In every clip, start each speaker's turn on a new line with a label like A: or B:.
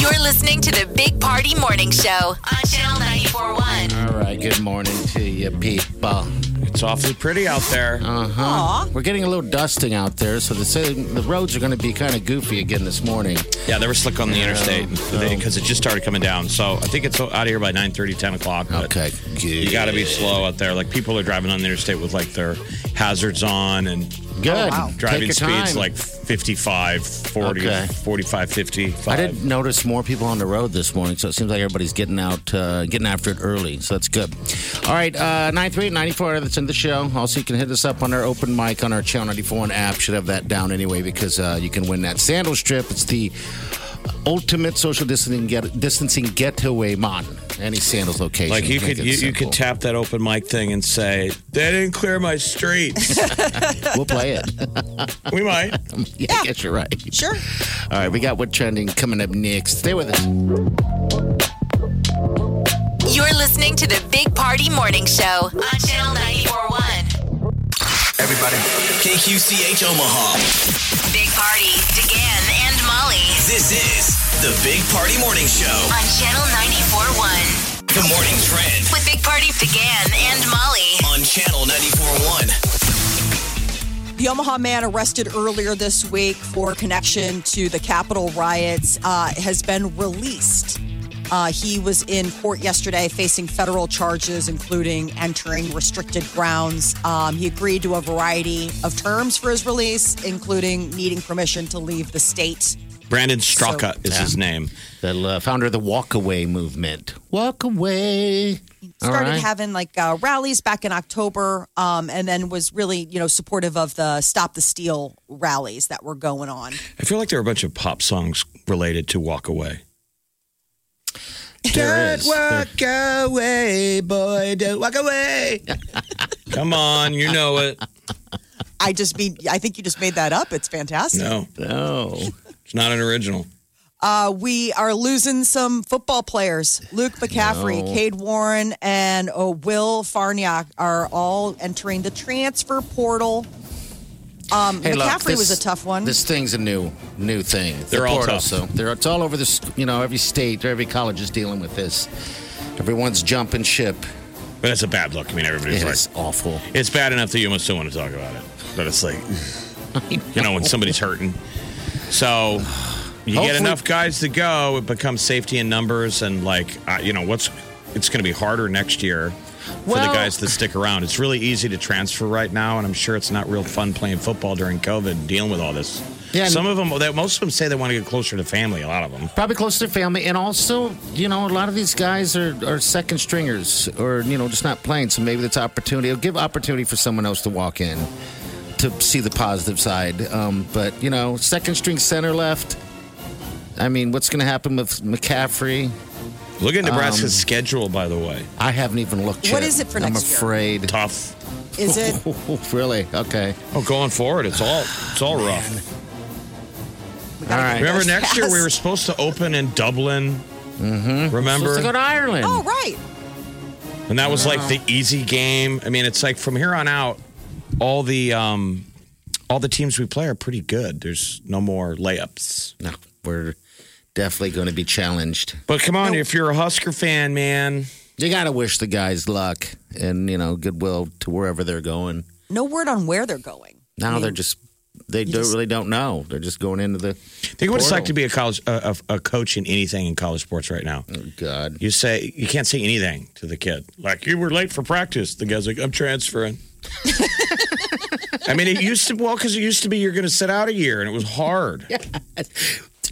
A: You're listening to the Big Party Morning Show on Channel 941.
B: All right, good morning to you people.
C: It's awfully pretty out there.
B: Uh-huh. We're getting a little dusting out there, so the the roads are going to be kind of goofy again this morning.
C: yeah, they were slick on the interstate because it just started coming down. So I think it's out of here by 9 10 o'clock. but
B: Okay, good.
C: You got to be slow out there. Like people are driving on the interstate with like their hazards on and
B: good. Take
C: driving
B: your
C: speeds
B: time.
C: like 55, 40,
B: Okay.
C: 45, 50.
B: I did notice more people on the road this morning, so it seems like everybody's getting out, uh, getting after it early. So that's good. All right, uh, 93 94, that's in the show. Also, you can hit us up on our open mic on our Channel 91 app. Should have that down anyway because uh, you can win that sandal strip. It's the ultimate social distancing, get- distancing getaway mon. Any sandals location.
C: Like you
B: Make
C: could
B: it
C: you, you could
B: simple.
C: tap that open mic thing and say they didn't clear my streets.
B: We'll play it.
C: we might.
B: yeah, I guess you're right.
D: Sure.
B: All right, we got what trending coming up next. Stay with us.
A: You're listening to the Big Party Morning Show on Channel 941.
E: Everybody.
F: KQCH Omaha.
A: Big Party, DeGan and Molly
F: This is the Big Party Morning Show.
A: on Channel 941
F: The morning trend
A: with Big Party, DeGan and Molly.
F: on Channel 94.1.
D: The Omaha man arrested earlier this week for connection to the Capitol riots uh, has been released. Uh, he was in court yesterday facing federal charges, including entering restricted grounds. Um, he agreed to a variety of terms for his release, including needing permission to leave the state.
C: Brandon Straka is his name.
B: The uh, founder of the Walk Away movement. Walk Away. All
D: started
B: right.
D: having like uh, rallies back in October, um, and then was really you know supportive of the Stop the Steal rallies that were going on.
C: I feel like there are a bunch of pop songs related to Walk Away.
B: There is.
C: away, boy. Don't walk away. Come on, you know it.
D: I just mean I think you just made that up. It's fantastic.
C: No,
B: Oh,
C: it's not an original.
D: Uh, we are losing some football players. Luke McCaffrey,
B: No.
D: Cade Warren, and uh, Will Farniak are all entering the transfer portal. Um,
B: Hey, look,
D: McCaffrey was
B: this-
D: a tough one.
B: This thing's a new, new thing. The
C: They're all
B: portal,
C: tough.
B: So they're, it's all over the, s- you know, every state, every college is dealing with this. Everyone's jumping ship.
C: But it's a bad look. I mean, everybody's
B: It's
C: like,
B: awful.
C: it's bad enough that you almost don't want to talk about it. But it's like, you know, when somebody's hurting. So you get
B: Hopefully-
C: enough guys to go, it becomes safety in numbers. And like, uh, you know, what's, it's going to be harder next year for the
B: Well-
C: guys that stick around. It's really easy to transfer right now. And I'm sure it's not real fun playing football during COVID and dealing with all this.
B: Yeah, and-
C: Some of them, that- most of them say they want to get closer to family, a lot of them.
B: Probably close to their family. And also, you know, a lot of these guys are, are second stringers or, you know, just not playing. So maybe that's opportunity. It'll give opportunity for someone else to walk in to see the positive side. Um, but, you know, second string center left. I mean, what's going to happen with McCaffrey?
C: Look at Nebraska's
B: Um,
C: schedule, by the way.
B: I haven't even looked yet.
D: What is it for
B: I'm
D: next year?
B: afraid.
C: Tough.
D: Is it?
B: really? Okay.
C: Oh, going forward, it's all it's all rough.
D: We
B: All
D: gotta
B: right.
D: get
C: Remember
D: those
C: next year we
D: fast.
C: were supposed to open in Dublin. Mm-hmm.
B: Supposed to go
C: Remember,
B: to Ireland.
D: Oh right.
C: and that was like the easy game. I mean, it's like from here on out, all the um, all the teams we play are pretty good. There's no more layups.
B: No, we're definitely going to be challenged.
C: But come on, if you're a Husker fan, man,
B: You got to wish the guys luck and, you know, goodwill to wherever they're going.
D: No word on where they're going.
B: Now they're just they don't
D: just-
B: really don't know. They're just going into the
C: think what it's like
B: Portal.
C: to be a college a, a, a coach in anything in college sports right now.
B: Mm. God.
C: You say you can't say anything to the kid. Like you were late for practice. The guy's like, I'm transferring. I mean, it used to well because it used to be you're going to sit out a year, and it was hard.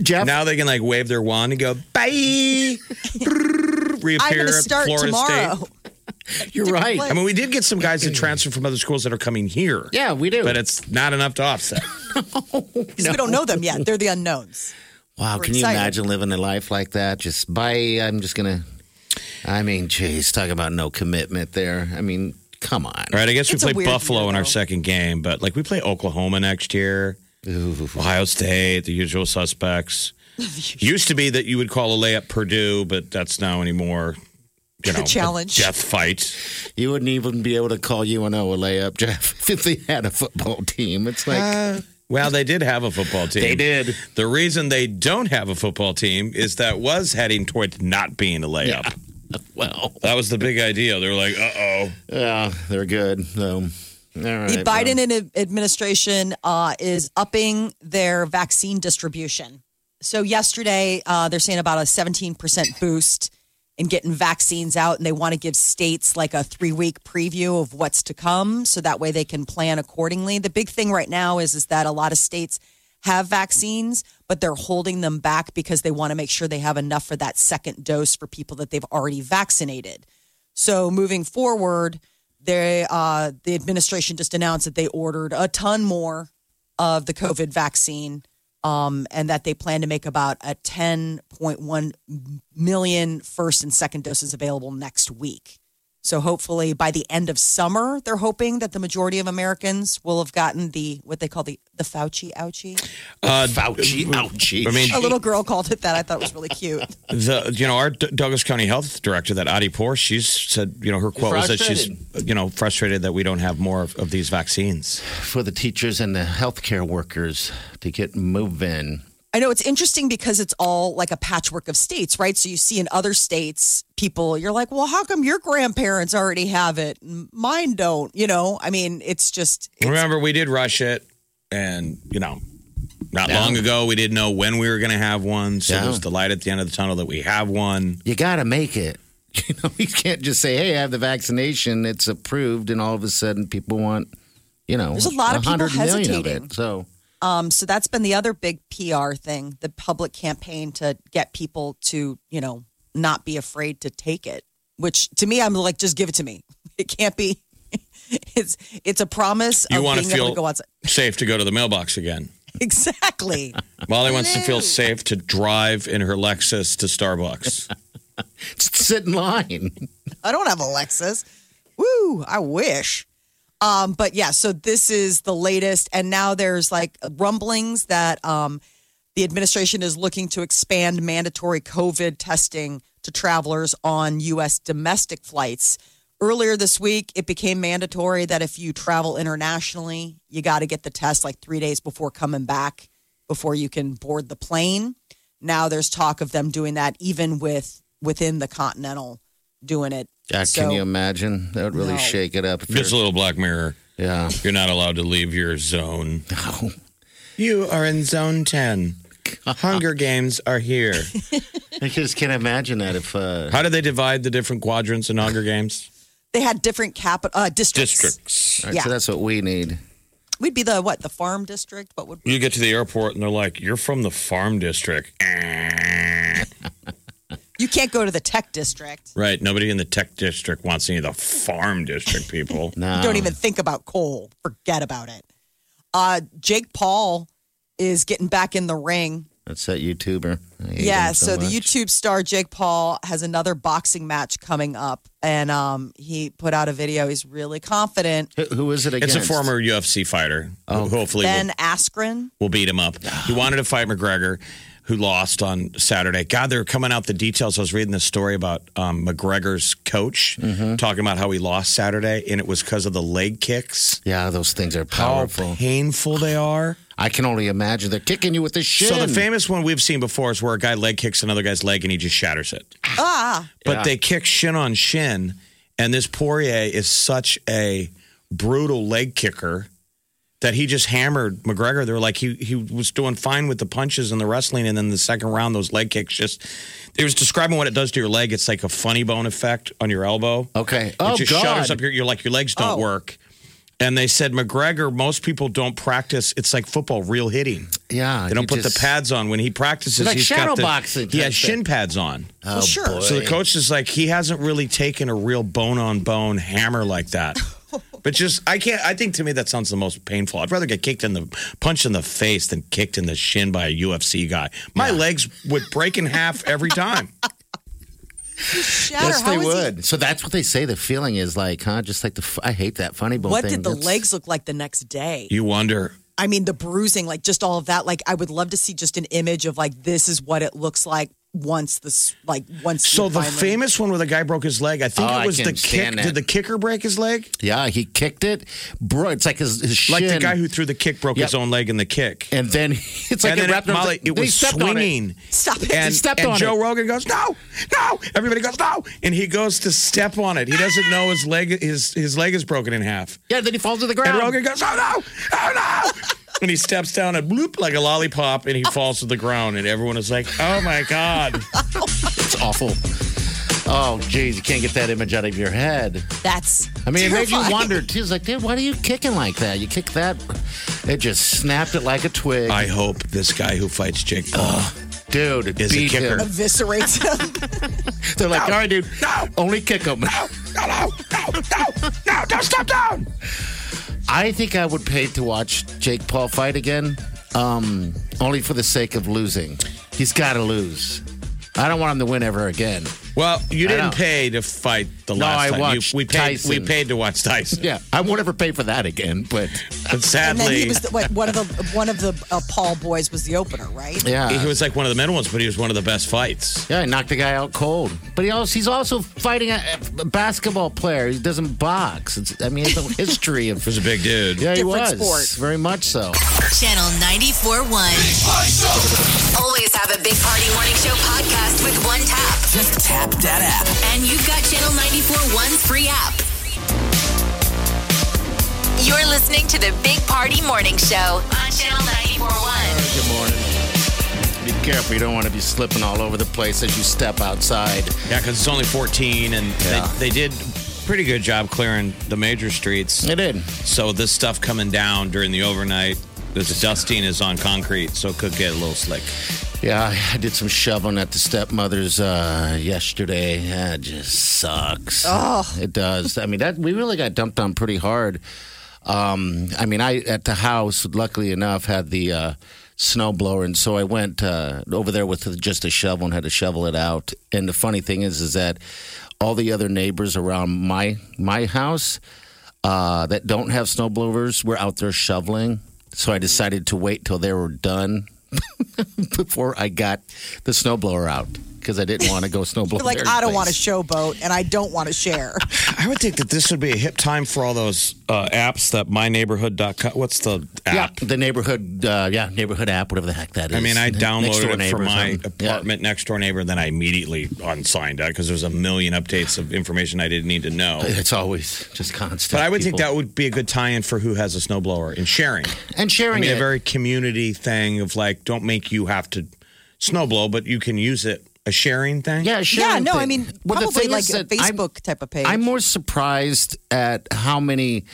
B: Jeff,
C: Now they can like wave their wand and go bye. Reappear
D: I'm going to
C: at
D: start
C: Florida
D: tomorrow.
C: State.
B: you're right.
C: I mean, we did get some guys that transfer from other schools that are coming here.
B: Yeah, we do.
C: but it's not enough to offset.
D: 'Cause We don't know them yet. They're the unknowns.
B: Wow,
D: We're
B: can you
D: excited.
B: imagine living a life like that? Just bye. I'm just gonna. I mean, geez, talk about no commitment there. I mean, come on.
C: All right, I guess
D: It's a
C: we play
D: weird
C: Buffalo
D: year,
C: in our
D: though.
C: second game, but like we play Oklahoma next year,
B: Ooh.
C: Ohio State, the usual suspects. Used to be that you would call a layup Purdue, but that's now anymore. You
D: The
C: know, a
D: challenge.
C: death fight.
B: You wouldn't even be able to call UNO a layup, Jeff, if they had a football team. It's like
D: Uh,
C: Well, they did have a football team.
B: they did.
C: The reason they don't have a football team is that was heading toward not being a layup.
B: Well,
C: That was the big idea. They were like, uh oh.
B: yeah, they're good. So, all right.
D: The Biden ad- administration uh, is upping their vaccine distribution. So yesterday, uh, they're saying about a 17% boost in getting vaccines out, and they want to give states like a three-week preview of what's to come, so that way they can plan accordingly. The big thing right now is is that a lot of states have vaccines, but they're holding them back because they want to make sure they have enough for that second dose for people that they've already vaccinated. So moving forward, they uh, the administration just announced that they ordered a ton more of the COVID vaccine, um, and that they plan to make about a 10.1 million first and second doses available next week. So hopefully by the end of summer, they're hoping that the majority of Americans will have gotten the what they call the the Fauci ouchie.
C: Uh,
B: Fauci, ouchie.
C: I mean,
D: A little girl called it that. I thought it was really cute.
C: the you know our D- Douglas County Health Director, that Adi Poor, she's said you know her quote was that she's you know frustrated that we don't have more of, of these vaccines.
B: for the teachers and the healthcare workers to get moving.
D: I know it's interesting because it's all like a patchwork of states, right? So you see in other states, people, you're like, well, how come your grandparents already have it? and Mine don't, you know? I mean, it's just,
C: Remember, we did rush it, and you know, not long ago we didn't know when we were going to have one. So
B: Yeah.
C: there's the light at the end of the tunnel that we have one.
B: You got to make it. You know, you can't just say, "Hey, I have the vaccination; it's approved," and all of a sudden people want, you know,
D: There's a lot of people
B: 100 million of
D: hesitating.
B: it. So
D: um, so that's been the other big PR thing, the public campaign to get people to, you know, not be afraid to take it, which to me, I'm like, just give it to me. It can't be, it's, it's a promise
C: You
D: of
C: wanna
D: being able
C: feel
D: to Oh, go outside.
C: safe to go to the mailbox again.
D: Exactly.
C: Molly wants to feel safe to drive in her Lexus to Starbucks.
B: just sit in line.
D: I don't have a Lexus. Woo, I wish. Um, but yeah, so this is the latest, and now there's like rumblings that um, the administration is looking to expand mandatory COVID testing to travelers on U.S. domestic flights. Earlier this week, it became mandatory that if you travel internationally, you got to get the test like three days before coming back before you can board the plane. Now there's talk of them doing that even with within the continental doing it.
B: Yeah,
D: So-
B: can you imagine? That would really
D: No.
B: shake it up. if
C: Just
B: you're-
C: a little black mirror.
B: yeah. Oh,
C: You're not allowed to leave your zone.
B: No.
C: You are in zone 10. Hunger Games are here.
B: I just can't imagine that if uh,
C: How do they divide the different quadrants in Hunger Games?
D: They had different cap uh, districts.
C: Districts.
B: all right,
D: Yeah.
B: so that's what we need.
D: We'd be the what? The farm district? What would?
C: You get to the airport and they're like, you're from the farm district.
D: You can't go to the tech district.
C: Right. Nobody in the tech district wants any of the farm district people.
B: No.
D: You don't even think about coal. Forget about it. Uh, Jake Paul is getting back in the ring.
B: That's that YouTuber. I hate
D: yeah.
B: him
D: So, the
B: much.
D: YouTube star Jake Paul has another boxing match coming up, and um, he put out a video. He's really confident.
B: Who- Who is it
C: It's
B: against?
C: a former UFC fighter. Oh, hopefully we'll-
D: Ben Askren.
C: we will beat him up. He wanted to fight McGregor, who lost on Saturday. God, they're coming out the details. I was reading this story about um, McGregor's coach talking about how he lost Saturday, and it was because of the leg kicks.
B: Yeah, those things are
C: How
B: powerful.
C: painful they are.
B: I can only imagine they're kicking you with the shin.
C: So the famous one we've seen before is where a guy leg kicks another guy's leg and he just shatters it.
D: Ah,
C: But they kick shin on shin, and this Poirier is such a brutal leg kicker that he just hammered McGregor. They were like he he was doing fine with the punches and the wrestling, and then the second round, those leg kicks just. It was describing what it does to your leg. It's like a funny bone effect on your elbow.
B: Okay.
C: It
B: Oh
C: just
B: God.
C: shudders up your. You're like your legs don't
D: Oh.
C: work. And they said McGregor, most people don't practice. It's like football, real hitting.
B: yeah.
C: They don't
B: you
C: put
B: just-
C: the pads on when he practices.
B: It's like
C: he's got
B: shadow
C: the-
B: boxing
C: He
B: type
C: has shin pads on.
B: Oh,
D: sure.
B: boy.
C: So the coach is like, he hasn't really taken a real bone on bone hammer like that. But just I can't. I think to me that sounds the most painful. I'd rather get kicked in the punched in the face than kicked in the shin by a UFC guy. My legs would break in half every time.
D: Shatter. How is he-
B: So that's what they say. The feeling is like, huh? Just like the f- I hate that funny bone
D: What
B: thing.
D: did the
B: That's-
D: legs look like the next day?
C: You wonder.
D: I mean, the bruising, like just all of that. Like, I would love to see just an image of like this is what it looks like once this, like once.
C: So
D: you
C: the
D: finally-
C: famous one where the guy broke his leg. I think
B: Oh, I
C: it was the
B: can
C: kick.
B: stand that.
C: Did the kicker break his leg?
B: Yeah, he kicked it, bro. It's like his, his
C: Like the
B: shin.
C: guy who threw the kick broke
B: Yep.
C: his own leg in the kick.
B: And then it's like
C: and
B: it
C: then
B: wrapped
C: it, Molly,
B: around-
C: it
B: they
C: was
B: stepped on it.
C: swinging.
D: Stop it.
C: And,
B: He stepped
C: and
B: on
C: Joe
B: it.
C: Rogan goes, no, no. Everybody goes, no. And he goes to step on it. He doesn't know his leg his his leg is broken in half.
B: Yeah, then he falls to the ground.
C: And Rogan goes, oh no, oh no. and he steps down and bloop like a lollipop and he falls to the ground. And everyone is like, oh my God.
B: It's awful. Oh, geez, you can't get that image out of your head.
D: That's.
B: I mean, it made you
D: terrifying.
B: wonder too. It's like, dude, why are you kicking like that? You kick that, it just snapped it like a twig.
C: I hope this guy who fights Jake uh, Paul.
B: dude, it
C: Is a
B: beat
C: kicker.
B: him.
D: Eviscerates him.
B: They're like, all right, dude,
C: No.
B: only kick him.
C: Oh, no, no, no, no, no, don't step down.
B: I think I would pay to watch Jake Paul fight again, um, only for the sake of losing. He's got to lose. I don't want him to win ever again.
C: Well, you
B: I
C: didn't
B: know.
C: pay to fight the
B: No,
C: last
B: I
C: time. You-
B: watched
C: we paid. We
B: Tyson.
C: paid to watch Tyson,
B: Yeah, I won't ever pay for that again. But
C: but
D: and then
C: sadly,
D: he was the, what, one of the one of the uh, Paul boys was the opener, right?
B: yeah,
C: he was like one of the middle ones, but he was one of the best fights.
B: yeah, he knocked the guy out cold. But he also he's also fighting a, a basketball player. He doesn't box. It's, I mean, it's a history of.
C: He was a big dude.
B: Yeah, he
D: Different
B: was
D: sport.
B: very much so.
A: Channel 94.1. Always have a Big Party Morning Show podcast with one tap. Just tap that app. And you've got Channel 94.1's free app. You're listening to the Big Party Morning Show on Channel 94.1.
B: Good morning. Be careful. You don't want to be slipping all over the place as you step outside.
C: Yeah, because it's only 14, and
B: Yeah.
C: they, they did pretty good job clearing the major streets.
B: It did.
C: So this stuff coming down during the overnight, this dusting is on concrete, so it could get a little slick.
B: Yeah, I did some shoveling at the stepmother's uh, yesterday. That just sucks. Oh, it does. I mean, that we really got dumped on pretty hard. Um, I mean, I at the house, luckily enough, had the uh, snow blower, and so I went uh, over there with just a shovel and had to shovel it out. And the funny thing is, is that all the other neighbors around my my house uh, that don't have snow blowers were out there shoveling. So I decided to wait till they were done before I got the snowblower out because I didn't want to go snowblower.
D: You're like,
B: their
D: I don't want to
B: place.
D: showboat and I don't want to share.
C: I would think that this would be a hip time for all those uh, apps that myneighborhood.com. What's the
B: yeah,
C: app?
B: the neighborhood, uh, yeah, neighborhood app, whatever the heck that is.
C: I mean, I
B: Next door
C: downloaded it for
B: neighbors,
C: my
B: huh? Yeah.
C: apartment next door neighbor, and then I immediately unsigned it because there's a million updates of information I didn't need to know.
B: It's always just constant.
C: But I would think
B: people.
C: that would be a good tie in for who has a snowblower and sharing.
B: and sharing
C: I mean,
B: it.
C: a very community thing of like, don't make you have to snowblow, but you can use it. A sharing thing?
B: yeah,
D: yeah,
B: sharing
D: no,
B: thing.
D: I mean,
B: Well, the
D: probably
B: thing
D: like
B: is
D: a
B: that I'm-
D: Facebook type of page.
B: I'm more surprised at how many,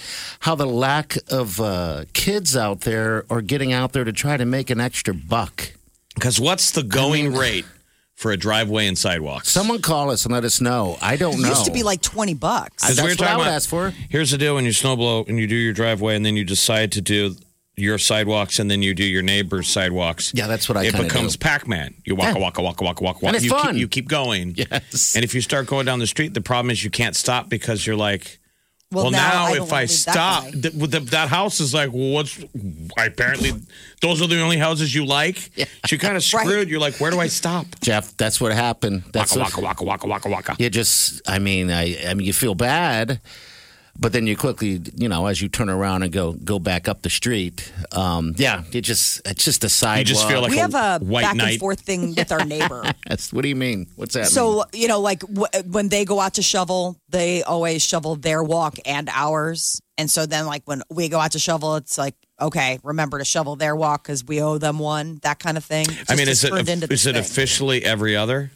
B: how the lack of uh, kids out there are getting out there to try to make an extra buck.
C: Because what's the going rate for a driveway and sidewalks?
B: Someone call us and let us know. I don't
D: it
B: know.
D: used to be like 20 bucks.
B: I-
C: Because
B: That's what I would ask for.
C: Here's the deal: when you snowblow and you do your driveway, and then you decide to do your sidewalks, and then you do your neighbor's sidewalks.
B: Yeah, that's what I
C: It
B: kinda
C: becomes
B: do.
C: Pac-Man. You walk,
B: Yeah.
C: walk, walk, walk, walk, walk.
B: And it's
C: you
B: fun.
C: Keep, you keep going.
B: Yes.
C: And if you start going down the street, the problem is you can't stop because you're like, well,
D: Well, now
C: now,
D: I don't
C: if
D: wanna
C: I
D: leave that
C: stop,
D: guy.
C: th- with the, that house is like, well, what's? Apparently, those are the only houses you like. Yeah. So you're kind of
D: Right.
C: screwed. You're like, where do I stop?
B: Jeff, that's what happened. That's
C: Waka
B: what-
C: waka waka waka waka waka.
B: you just i mean i i mean you feel bad but then you quickly you know as you turn around and go go back up the street um yeah it just it's just a
C: You
B: sidewalk
C: just feel like
D: we have a
C: white
D: back
C: knight.
D: and forth thing with our neighbor.
B: That's- what do you mean what's that mean?
D: So, you know, like w- when they go out to shovel, they always shovel their walk and ours. And so then, like, when we go out to shovel, it's like, okay, remember to shovel their walk because we owe them one, that kind of thing.
C: I mean, is
D: Just
C: it
D: turned into this
C: is it
D: thing.
C: officially every other?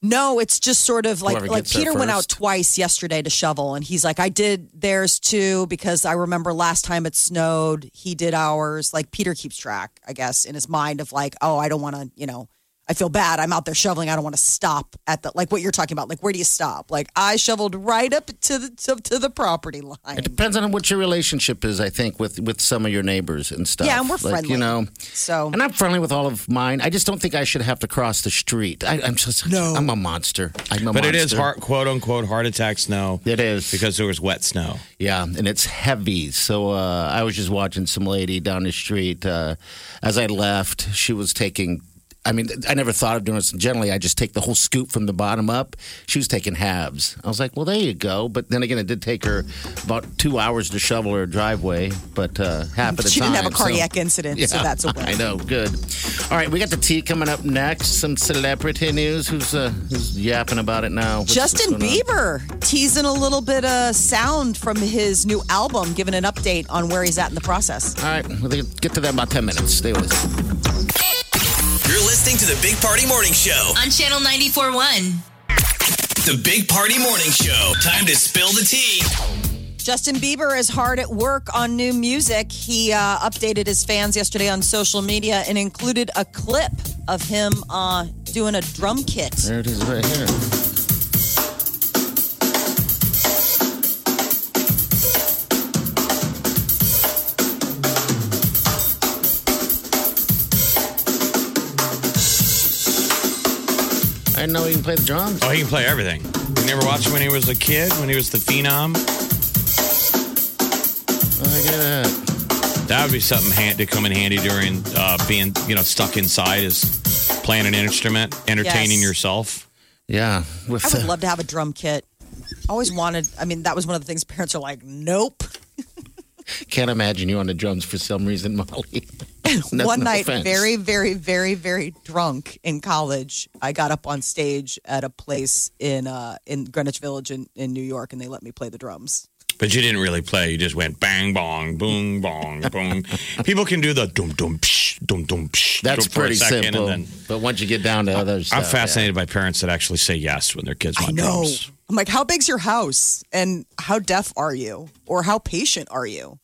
D: No, it's just sort of like
B: Whoever
D: like
B: gets there
D: Peter went out
B: first.
D: twice yesterday to shovel, and he's like, "I did theirs too because I remember last time it snowed, he did ours." Like Peter keeps track, I guess, in his mind of like, "Oh, I don't want to, you know, I feel bad. I'm out there shoveling. I don't want to stop at the like what you're talking about. Like where do you stop? Like I shoveled right up to the to, to the property line.
B: It depends on what your relationship is, I think, with with some of your neighbors and stuff.
D: Yeah, and we're
B: like,
D: friendly.
B: You know,
D: So-
B: and I'm friendly with all of mine. I just don't think I should have to cross the street. I, I'm just no. I'm a monster. I'm a
C: But
B: monster.
C: it is heart, quote unquote, heart attack snow
B: It is
C: because there was wet snow.
B: Yeah, and it's heavy. So uh, I was just watching some lady down the street. Uh, as I left, she was taking. I mean, I never thought of doing this. Generally, I just take the whole scoop from the bottom up. She was taking halves. I was like, well, there you go. But then again, it did take her about two hours to shovel her driveway, but uh, half of the
D: She
B: time.
D: didn't have a
B: so-
D: cardiac incident, so that's a win.
B: I know. Good. All right, we got the tea coming up next. Some celebrity news. Who's uh, who's yapping about it now? What's-
D: Justin
B: what's going on?
D: Bieber teasing a little bit of sound from his new album, giving an update on where he's at in the process.
B: All right, we'll get to that in about ten minutes. Stay with us.
F: You're listening to the Big Party Morning Show.
A: On Channel 94.1.
F: The Big Party Morning Show. Time to spill the tea.
D: Justin Bieber is hard at work on new music. He uh, updated his fans yesterday on social media and included a clip of him uh, doing a drum kit.
B: There it is right here. I didn't know he can play the drums.
C: Oh, he can play everything. You never watched him when he was a kid, when he was the phenom?
B: Look at that.
C: That would be something hand, to come in handy during uh, being, you know, stuck inside is playing an instrument, entertaining
D: Yes.
C: yourself.
B: Yeah. With
D: I would
B: the-
D: love to have a drum kit. Always wanted, I mean, that was one of the things parents are like, nope.
B: can't imagine you on the drums for some reason, Molly. No-
D: one
B: no
D: night,
B: offense.
D: very, very, very, very drunk in college, I got up on stage at a place in uh, in Greenwich Village in, in New York, and they let me play the drums.
C: But you didn't really play. You just went bang, bong, boom, bong, boom. People can do the dum, dum, psh, dum, dum, psh.
B: That's
C: for a
B: pretty
C: second,
B: simple.
C: And then
B: but once you get down to other stuff,
C: I'm fascinated by parents that actually say yes when their kids want
D: I know.
C: drums.
D: I'm like, how big's your house, and how deaf are you, or how patient are you?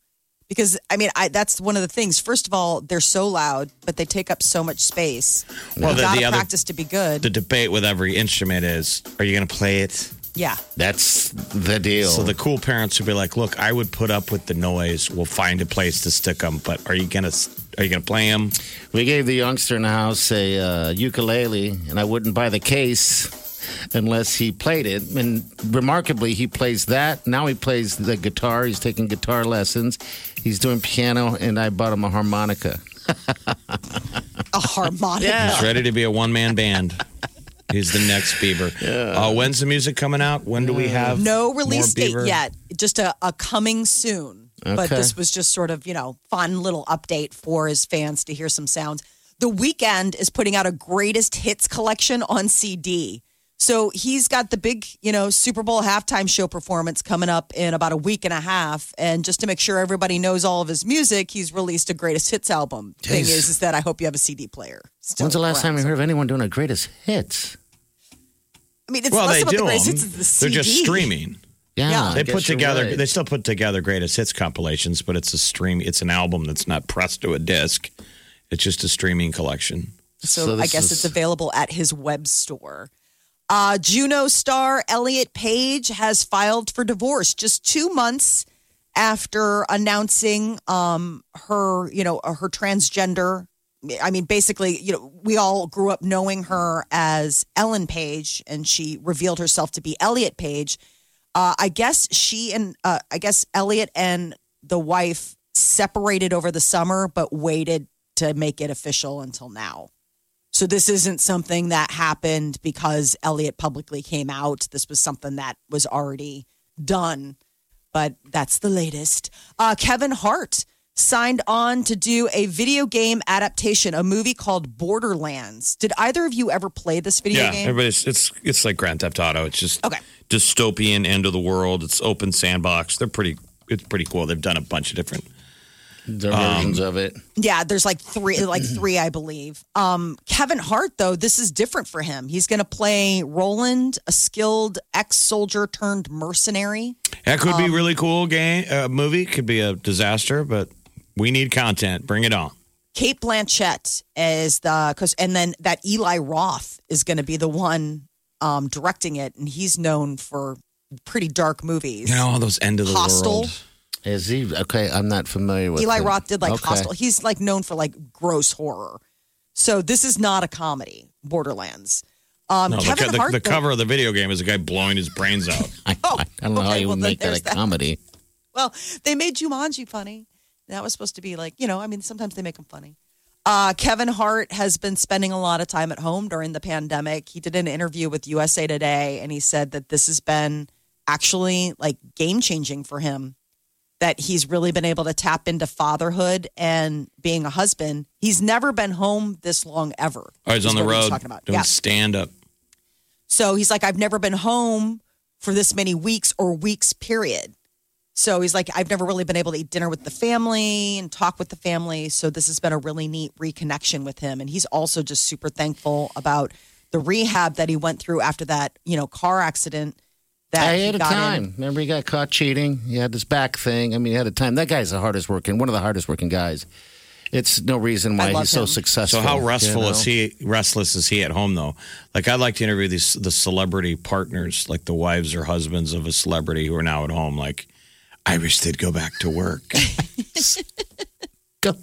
D: Because I mean, I that's one of the things. First of all, they're so loud, but they take up so much space.
C: Well,
D: you
C: the-
D: gotta
C: the other-
D: practice to be good.
C: The debate with every instrument is, are you going to play it?
D: yeah,
B: That's the deal.
C: So the cool parents would be like, "Look, I would put up with the noise. We'll find a place to stick them. But are you gonna are you gonna play them?
B: We gave the youngster in the house a uh, ukulele, and I wouldn't buy the case unless he played it. And remarkably, he plays that. Now he plays the guitar. He's taking guitar lessons. He's doing piano, and I bought him a harmonica.
D: a harmonica.
C: He's ready to be a one man band. He's the next Bieber. Uh, when's the music coming out? When do we
B: Uh,
C: have
D: No
C: more
D: release date
C: Bieber?
D: yet. Just a, a coming soon. But
B: Okay.
D: this was just sort of, you know, fun little update for his fans to hear some sounds. The weekend is putting out a greatest hits collection on CD. So he's got the big, you know, Super Bowl halftime show performance coming up in about a week and a half. And just to make sure everybody knows all of his music, he's released a greatest hits album. Thing
B: Jeez.
D: is, is that I hope you have a CD player. still
B: When's the last time
D: around.
B: you heard of anyone doing a greatest hits?
D: I mean, it's
C: Well,
D: less
C: they
D: about
C: do
D: the
C: 'em.
D: greatest hits. It's the
C: They're just
D: CD.
C: streaming.
B: Yeah,
D: Yeah.
B: I
C: They
B: guess
C: put
B: you're
C: together.
B: right.
C: They still put together greatest hits compilations, but it's a stream. It's an album that's not pressed to a disc. It's just a streaming collection.
D: So,
B: So
D: I
B: this
D: guess
B: is-
D: it's available at his web store. Uh, Juno star Elliot Page has filed for divorce just two months after announcing um, her, you know, uh, her transgender. I mean, basically, you know, we all grew up knowing her as Ellen Page, and she revealed herself to be Elliot Page. Uh, I guess she and uh, I guess Elliot and the wife separated over the summer, but waited to make it official until now. So this isn't something that happened because Elliot publicly came out. This was something that was already done, but that's the latest. Uh, Kevin Hart signed on to do a video game adaptation, a movie called Borderlands. Did either of you ever play this video
C: yeah,
D: game?
C: everybody's it's it's like Grand Theft Auto. It's just
D: Okay.
C: dystopian end of the world. It's open sandbox. They're pretty. It's pretty cool. They've done a bunch of different.
B: Their
D: um,
B: versions of it.
D: Yeah, there's like three, like three, I believe. Um, Kevin Hart, though, this is different for him. He's going to play Roland, a skilled ex-soldier turned mercenary.
C: That could be really cool game uh, movie. Could be a disaster, but we need content. Bring it on.
D: Kate Blanchett is the, 'cause- and then that Eli Roth is going to be the one um, directing it, and he's known for pretty dark movies.
C: You know, all those end of the
D: Hostel.
C: world.
B: Is he okay? I'm not familiar with
D: Eli
B: him.
D: Roth did like
B: Okay.
D: Hostel. He's like known for like gross horror. So this is not a comedy. Borderlands. Um,
C: No, the,
D: Kevin
C: the,
D: Hart.
C: the cover of the video game is a guy blowing his brains out.
B: I,
D: Oh,
B: I don't know how
D: okay,
B: you
D: well,
B: would
D: then
B: make that a
D: there's that.
B: comedy.
D: Well, they made Jumanji funny. That was supposed to be like you know. I mean, sometimes they make them funny. Uh, Kevin Hart has been spending a lot of time at home during the pandemic. He did an interview with USA Today, and he said that this has been actually like game changing for him. That he's really been able to tap into fatherhood and being a husband. He's never been home this long ever.
C: Oh, he's
D: is
C: on the
D: what he was
C: road
D: talking about.
C: doing
D: Yeah.
C: stand up.
D: So he's like, I've never been home for this many weeks or weeks, period. So he's like, I've never really been able to eat dinner with the family and talk with the family. So this has been a really neat reconnection with him. And he's also just super thankful about the rehab that he went through after that, you know, car accident that
B: I
D: he
B: had a
D: got in.
B: time. Remember, he got caught cheating. He had his back thing. I mean, he had a time. That guy's the hardest working, one of the hardest working guys. It's no reason why
D: I love
B: he's so
D: him.
B: successful.
C: So how
B: you
C: restful
B: know?
C: is he? Restless is he at home though? Like I'd like to interview these the celebrity partners, like the wives or husbands of a celebrity who are now at home. Like I wish they'd go back to work.
B: Go.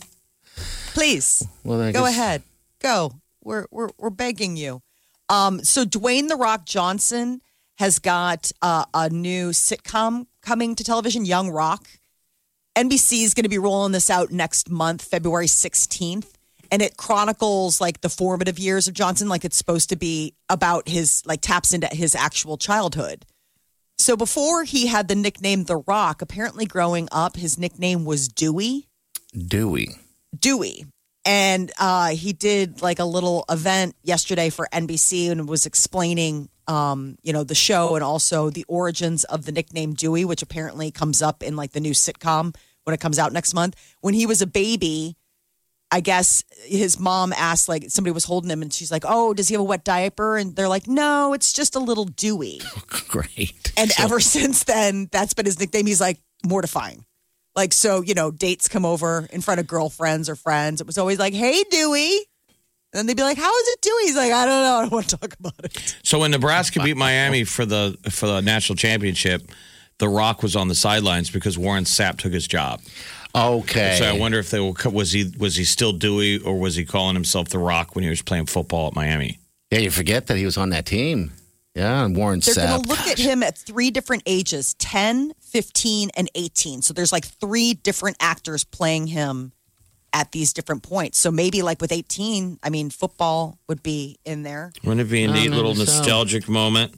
D: Please.
B: Well, then I
D: go
B: guess-
D: ahead. Go. We're, we're, we're begging you. Um, so Dwayne The Rock Johnson has got uh, a new sitcom coming to television, Young Rock. NBC is going to be rolling this out next month, February 16th. And it chronicles like the formative years of Johnson, like it's supposed to be about his, like taps into his actual childhood. So before he had the nickname The Rock, apparently growing up, his nickname was Dewey.
B: Dewey.
D: Dewey. And uh, he did like a little event yesterday for NBC and was explaining, um, you know, the show and also the origins of the nickname Dewey, which apparently comes up in like the new sitcom when it comes out next month. When he was a baby, I guess his mom asked, like, somebody was holding him and she's like, oh, does he have a wet diaper? And they're like, no, it's just a little Dewey.
B: Great.
D: And
B: So-
D: ever since then, that's been his nickname. He's like mortifying. Like, so, you know, dates come over in front of girlfriends or friends. It was always like, hey, Dewey. And then they'd be like, how is it Dewey? He's like, I don't know. I don't want to talk about it.
C: so when Nebraska beat Miami for the for the national championship, The Rock was on the sidelines because Warren Sapp took his job.
B: okay.
C: So I wonder if they will was he was he still Dewey or was he calling himself The Rock when he was playing football at Miami?
B: yeah, you forget that he was on that team. Yeah, and Warren
D: They're going
B: Sapp.
D: to look at him at three different ages 10, 15, and 18. So there's like three different actors playing him at these different points. So maybe like with 18, I mean, football would be in there.
C: Wouldn't it be a neat
B: maybe
C: little
B: so.
C: nostalgic moment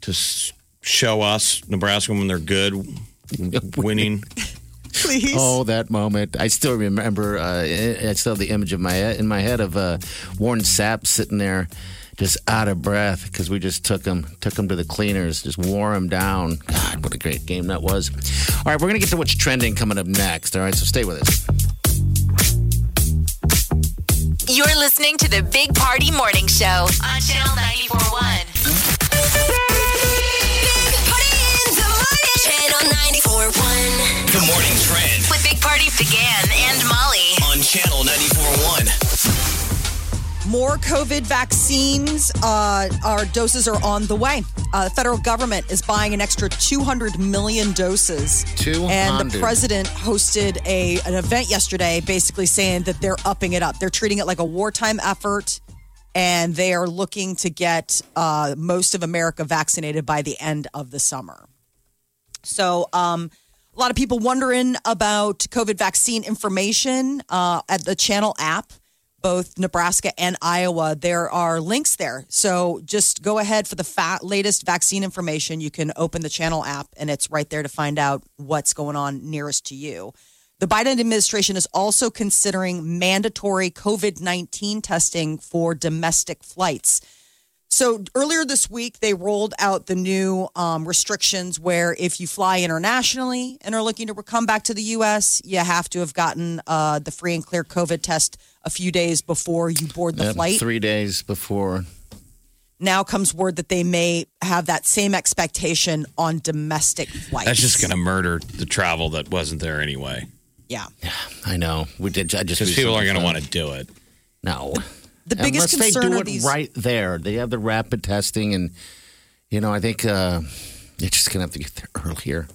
C: to s- show us Nebraska when they're good, winning?
D: Please.
B: Oh, that moment! I still remember. Uh, I I still have the image of my in my head of uh, Warren Sapp sitting there, just out of breath because we just took him took him to the cleaners, just wore him down. God, what a great game that was! All right, we're gonna get to what's trending coming up next. All right, so stay with us.
A: You're listening to the Big Party Morning Show on Channel 941. Big Party in the morning. Channel 941
F: The morning trend
A: with Big Party began and Molly.
F: on channel 941.
D: More COVID vaccines, uh, our doses are on the way. Uh, the federal government is buying an extra 200 million doses.
B: 200.
D: And the president hosted a an event yesterday basically saying that they're upping it up. They're treating it like a wartime effort and they are looking to get uh, most of America vaccinated by the end of the summer. So, um, a lot of people wondering about COVID vaccine information uh, at the Channel app, both Nebraska and Iowa. There are links there. So, just go ahead for the fa- latest vaccine information. You can open the Channel app, and it's right there to find out what's going on nearest to you. The Biden administration is also considering mandatory COVID 19 testing for domestic flights. So earlier this week, they rolled out the new um, restrictions where if you fly internationally and are looking to come back to the U.S., you have to have gotten uh, the free and clear COVID test a few days before you board the
B: Yep,
D: flight.
B: three days before.
D: Now comes word that they may have that same expectation on domestic flights.
C: That's just going to murder the travel that wasn't there anyway.
D: Yeah.
B: I know. We did. I just
C: because people aren't going to want to do it.
B: No.
D: The biggest
B: Unless they
D: concern
B: do
D: are
B: it
D: these.
B: right there. They have the rapid testing, and you know, I think uh, you're just gonna have to get there earlier.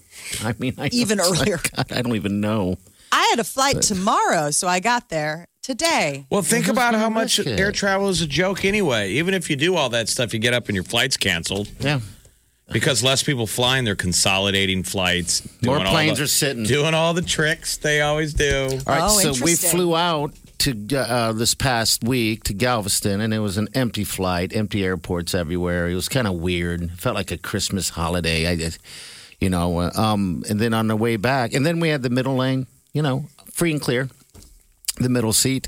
B: I mean, I
D: Even
B: it's like,
D: earlier.
B: God, I don't even know.
D: I had a flight tomorrow, so I got there today.
C: Well, think about how much
B: risk it?
C: air travel is a joke anyway. Even if you do all that stuff, you get up and your flight's canceled
B: Yeah.
C: because less people flying. They're consolidating flights.
B: More
C: doing all
B: planes
C: the-
B: are sitting.
C: doing all the tricks they always do.
B: All right.
D: Oh,
B: so we
D: interesting.
B: flew out to uh, this past week to Galveston, and it was an empty flight, empty airports everywhere. It was kind of weird. It felt like a Christmas holiday. I, just- you know. uh, Um, and then on the way back, and then we had the middle lane. You know, free and clear. the middle seat.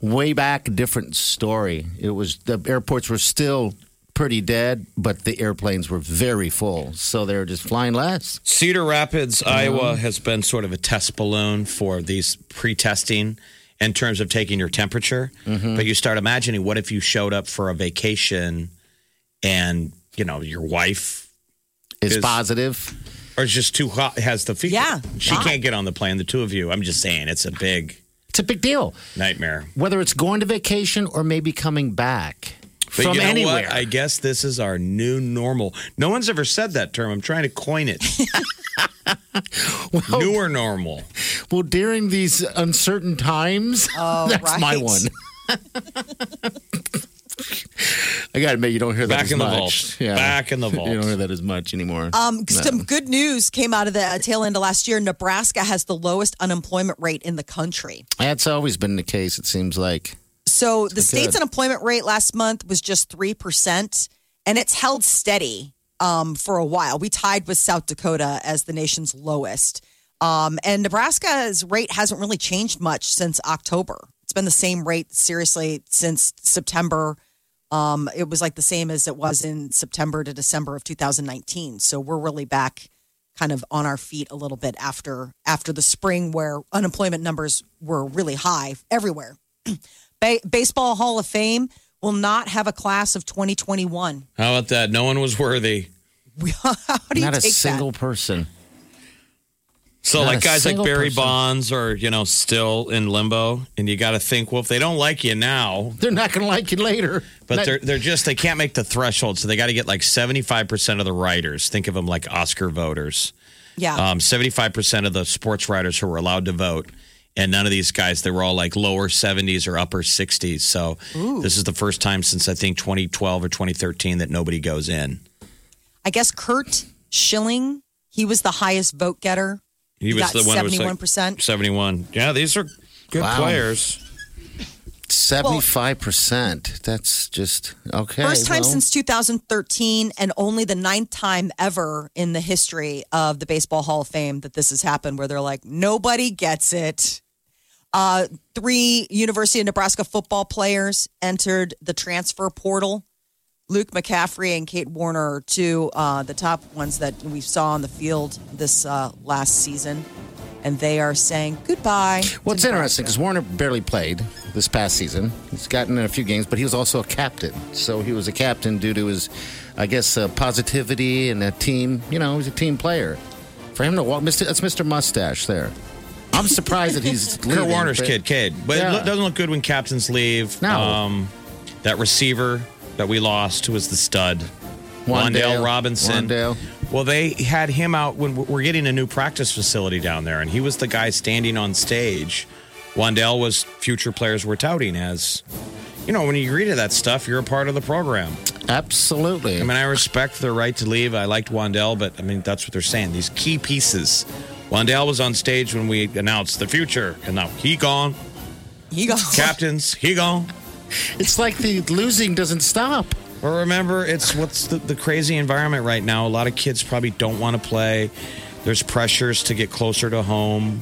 B: Way back, different story. It was the airports were still pretty dead, but the airplanes were very full, so they were just flying less.
C: Cedar Rapids, Iowa has been sort of a test balloon for these pre testing in terms of taking your temperature.
B: Mm-hmm.
C: But you start imagining what if you showed up for a vacation and, you know, your wife
B: It's
C: Is-
B: positive.
C: or is just too hot, has the fever.
D: Yeah.
C: She can't get on the plane, the two of you. I'm just saying it's a big
B: It's a big deal,
C: nightmare.
B: whether it's going to vacation or maybe coming back
C: But
B: from
C: you know
B: anywhere.
C: what? I guess this is our new normal. No one's ever said that term. I'm trying to coin it. Newer normal.
B: well, during these uncertain times,
D: Oh,
B: that's
D: right.
B: my one. I gotta admit, you don't hear that
C: Back
B: as
C: in the
B: much.
C: vault. Back in the
B: You
C: vault.
B: don't hear that as much anymore.
D: Um, Some good news came out of the uh, tail end of last year. Nebraska has the lowest unemployment rate in the country.
B: That's always been the case. It seems like.
D: So the state's
B: good.
D: unemployment rate last month was just 3%, and it's held steady um, for a while. We tied with South Dakota as the nation's lowest. Um, and Nebraska's rate hasn't really changed much since October. It's been the same rate, seriously, since September. Um, it was like the same as it was in September to December of 2019. So we're really back kind of on our feet a little bit after after the spring where unemployment numbers were really high everywhere. Ba- Baseball Hall of Fame will not have a class of 2021.
C: How about that? No one was worthy.
D: How do you
B: Not a
D: take
B: single person.
C: So
B: Not
C: like
B: a
C: guys like
B: single
C: Barry
B: person.
C: Bonds are, you know, still in limbo and you got to think, well, if they don't like you now,
B: They're not going to like you later.
C: but
B: Not-
C: they're they're just they can't make the threshold, so they got to get like 75% of the writers. Think of them like Oscar voters.
D: that? Yeah.
C: Um 75% of the sports writers who were allowed to vote and none of these guys they were all like lower 70s or upper 60s. So this is the first time since I think 2012 or 2013 that nobody goes in.
D: I guess Kurt Schilling, he was the highest vote getter.
C: He was
D: got
C: the one who was like
D: 71%.
C: 71. Yeah, these are good
B: Wow.
C: players.
B: 75%. That's just okay.
D: First time
B: well,
D: since 2013, and only the ninth time ever in the history of the Baseball Hall of Fame that this has happened, where they're like, nobody gets it. Uh, three University of Nebraska football players entered the transfer portal. Luke McCaffrey and Kate Warner are two uh, the top ones that we saw on the field this uh, last season, and they are saying goodbye. to
B: What's interesting
D: Nebraska.
B: because Warner barely played this past season. He's gotten in a few games, but he was also a captain. So he was a captain due to his, I guess, uh, positivity and a team. You know, he's a team player. For him to walk, Mr. that's Mr. Mustache there. I'm surprised that he's
C: Kurt
B: leaving,
C: Warner's
B: but-
C: kid, Cade. But it
B: Yeah.
C: lo- doesn't look good when captains leave. Um,
B: No.
C: that receiver that we lost who was the stud,
B: Wandale,
C: Wandale, Robinson.
B: Wandale.
C: Well, they had him out when we're getting a new practice facility down there, and he was the guy standing on stage. Wandale was future players were touting as, you know, when you agree to that stuff, you're a part of the program.
B: Absolutely.
C: I mean, I respect their right to leave. I liked Wandell, but I mean, that's what they're saying. These key pieces. Wandell was on stage when we announced the future, and now he gone.
D: he goes,
C: Captains, he gone.
B: it's like the losing doesn't stop.
C: But remember, it's what's the, the crazy environment right now. A lot of kids probably don't want to play. There's pressures to get closer to home.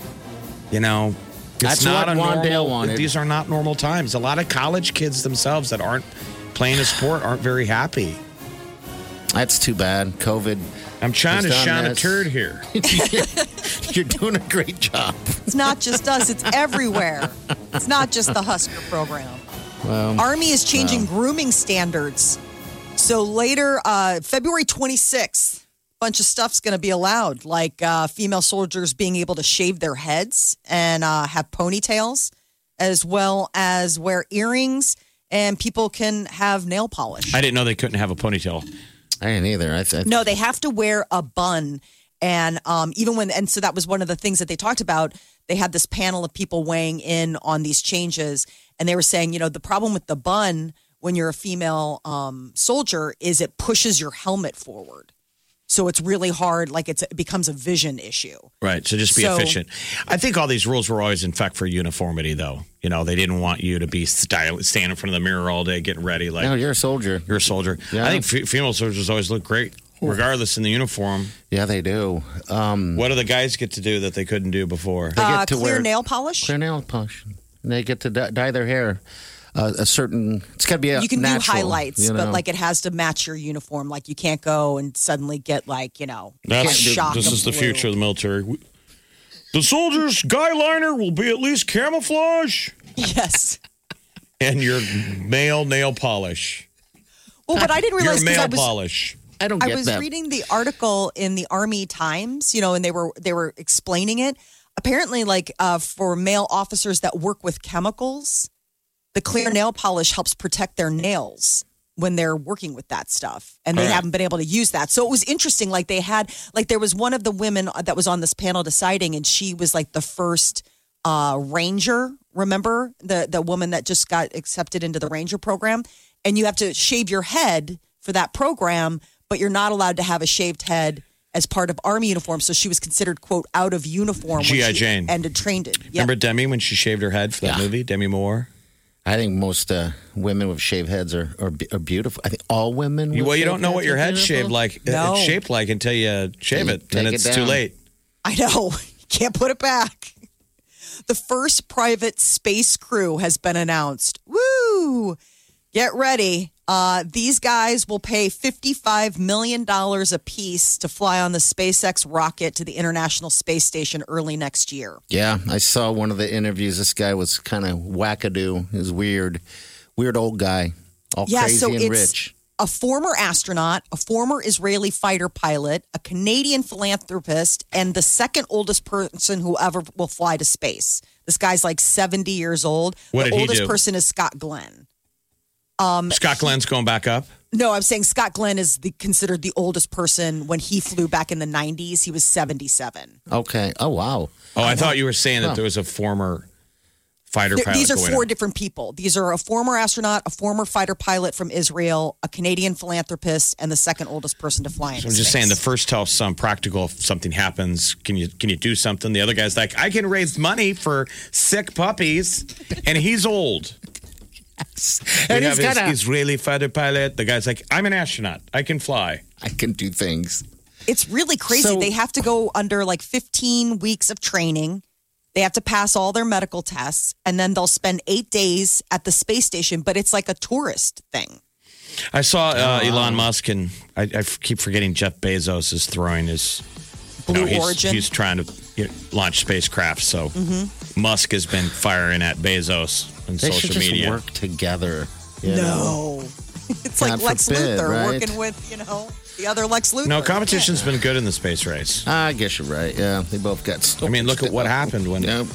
C: You know,
B: That's what Wandale
C: normal,
B: wanted.
C: These are not normal times. A lot of college kids themselves that aren't playing a sport aren't very happy.
B: That's too bad. COVID.
C: I'm trying
B: Has
C: to
B: done
C: shine a
B: this.
C: turd here.
B: You're doing a great job.
D: It's not just us, it's everywhere. It's not just the Husker program. Army is changing grooming standards. So later, uh, February 26th, bunch of stuff's going to be allowed, like uh, female soldiers being able to shave their heads and uh, have ponytails, as well as wear earrings, and people can have nail polish.
C: I didn't know they couldn't have a ponytail.
B: I didn't either. I, th-
D: No, they have to wear a bun. And um, even when, and so that was one of the things that they talked about. They had this panel of people weighing in on these changes. And they were saying, you know, the problem with the bun when you're a female um, soldier is it pushes your helmet forward. So it's really hard. Like it's, it becomes a vision issue.
C: Right. So just be
D: So-
C: efficient. I think all these rules were always in fact for uniformity, though. You know, they didn't want you to be styl standing in front of the mirror all day getting ready like
B: no, you're a soldier.
C: you're a soldier.
B: Yeah.
C: I think fe- female soldiers always look great, regardless in the uniform.
B: Yeah, they do. Um,
C: What do the guys get to do that they couldn't do before?
B: they
D: Uh,
B: get to
D: clear
B: wear
D: nail polish.
B: clear nail polish. And they get to dye, dye their hair uh, a certain. It's got to be a
D: you can do
B: natural,
D: highlights,
B: you know?
D: but like it has to match your uniform. Like you can't go and suddenly get like, you know, a
C: That's
D: shock
C: this
D: of
C: is the
D: blue.
C: future of the military. We- The soldiers' guy liner will be at least camouflage,
D: Yes.
C: and your male nail polish,
D: Well, but I
C: your
D: didn't realize because I
C: male
D: was
C: polish.
B: I don't get
D: I was
B: that.
D: reading the article in the Army Times, you know, and they were they were explaining it. Apparently, like uh, for male officers that work with chemicals, the clear nail polish helps protect their nails when they're working with that stuff, and they
C: All right.
D: haven't been able to use that. So it was interesting. Like they had, like there was one of the women that was on this panel deciding, and she was like the first uh, ranger. Remember the the woman that just got accepted into the ranger program, and you have to shave your head for that program, but you're not allowed to have a shaved head as part of army uniform. So she was considered quote out of uniform. when
C: G.I.
D: she
C: Jane.
D: ended trained it. Yeah.
C: Remember Demi when she shaved her head for that movie, Demi Moore.
B: I think most uh, women with shaved heads are, are be- are beautiful. I think all women.
C: You-
B: with
C: well, you
B: shaved
C: don't know what
B: heads
C: your
B: are
C: head's
B: beautiful.
C: shaved like,
D: No.
C: it's shaped like until you shave
B: You
C: it, and
B: take it
C: it's too
B: down.
C: late.
D: I know. Can't put it back. The first private space crew has been announced. Woo! Get ready. Uh, these guys will pay $55 million apiece to fly on the SpaceX rocket to the International Space Station early next year.
B: Yeah, I saw one of the interviews. This guy was kind of wackadoo. He was weird, weird old guy, all
D: Yeah,
B: crazy
D: so
B: and
D: it's
B: rich.
D: a former astronaut, a former Israeli fighter pilot, a Canadian philanthropist, and the second oldest person who ever will fly to space. This guy's like 70 years old.
C: What
D: the
C: did he
D: oldest
C: do?
D: person is Scott Glenn.
C: Scott Glenn's going back up.
D: No, I'm saying Scott Glenn is the, considered the oldest person when he flew back in the 90s. He was 77.
B: Okay. Oh wow.
C: Oh, I thought you were saying that there was a former fighter
D: They're-
C: pilot.
D: these are
C: going
D: four
C: up.
D: different people. These are a former astronaut, a former fighter pilot from Israel, a Canadian philanthropist, and the second oldest person to fly into
C: I'm just
D: space.
C: saying the first helps some practical. If something happens, can you can you do something? The other guy's like, I can raise money for sick puppies, and he's old. We
B: And he's
C: have his
B: kinda-
C: Israeli fighter pilot. The guy's like, I'm an astronaut. I can fly.
B: I can do things.
D: It's really crazy.
B: So-
D: they have to go under like 15 weeks of training. They have to pass all their medical tests, and then they'll spend eight days at the space station. But it's like a tourist thing.
C: I saw uh,
B: Ah.
C: Elon Musk, and I, I f- keep forgetting Jeff Bezos is throwing his. you know,
D: Blue
C: he's,
D: Origin.
C: He's trying to you know, launch spacecraft. So Musk has been firing at Bezos on
B: Mm-hmm. They should
C: social
B: just
C: media.
B: work together. you know?
D: No. It's like
B: God
D: Lex
B: forbid,
D: Luthor
B: right?
D: working with, you know, the other Lex Luthor.
C: No, competition's been good in the space race.
B: I guess you're right. Yeah, they both got. so
C: I mean,
B: much
C: look at what
B: to-
C: happened when
B: Yep.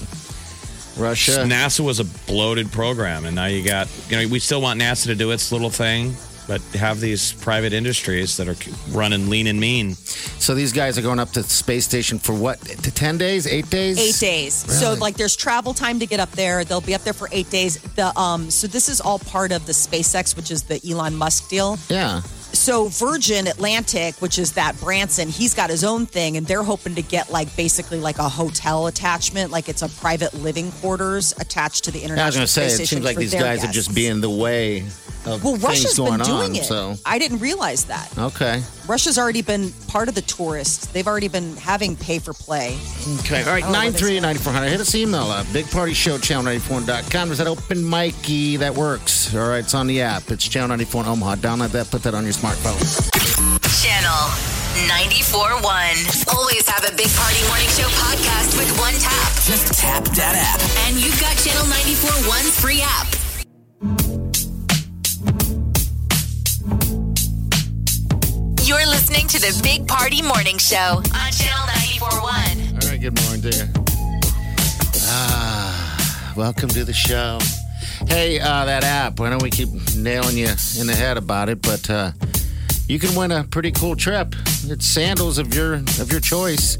B: Russia.
C: NASA was a bloated program, and now you got you know we still want NASA to do its little thing, but have these private industries that are running lean and mean.
B: So these guys are going up to the space station for what? To ten days? Eight days?
D: Eight days. So
B: Really?
D: like there's travel time to get up there. They'll be up there for eight days. The um so this is all part of the SpaceX, which is the Elon Musk deal.
B: Yeah.
D: So Virgin Atlantic, which is that Branson, he's got his own thing, and they're hoping to get like basically like a hotel attachment, like it's a private living quarters attached to the
B: I
D: international.
B: was going to say,
D: Space
B: it
D: Station
B: seems like
D: for
B: these
D: their
B: guys are
D: guests.
B: just being in the way of
D: Well,
B: things
D: Russia's
B: going
D: been doing
B: on.
D: it.
B: So
D: I didn't realize that.
B: okay.
D: Russia's already been part of the tourists. They've already been having pay for play.
B: Okay. All right.
D: Oh,
B: Nine
D: what is
B: three
D: it?
B: ninety four hundred. Hit us email uh, bigpartyshow.channel94.com. Is that open Mikey? That works. All right. It's on the app. It's Channel 94 in Omaha. Download that. Put that on your smartphone.
A: Channel 94.1. Always have a Big Party Morning Show podcast with one tap. Just tap that app. And you've got Channel 94.1's free app. You're listening listening to the Big Party Morning Show on Channel 941.
B: All right, good morning, dear. Ah, welcome to the show. Hey, uh, that app. I know we keep nailing you in the head about it, but uh, you can win a pretty cool trip. It's sandals of your of your choice.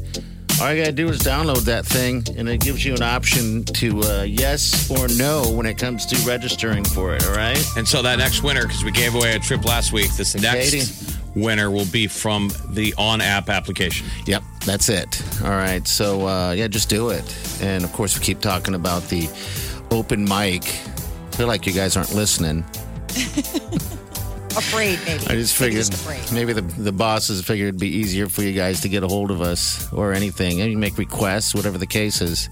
B: All you gotta do is download that thing, and it gives you an option to uh, yes or no when it comes to registering for it. All right.
C: And so that next winner, because we gave away a trip last week, this next
B: Katie.
C: winner will be from the on app application.
B: Yep, that's it. All right, so uh, yeah, just do it. And of course, we keep talking about the open mic. I feel like you guys aren't listening.
D: Afraid, maybe.
B: I just
D: Maybe
B: figured
D: afraid.
B: maybe the, the bosses figured it'd be easier for you guys to get a hold of us or anything. And you make requests, whatever the case is.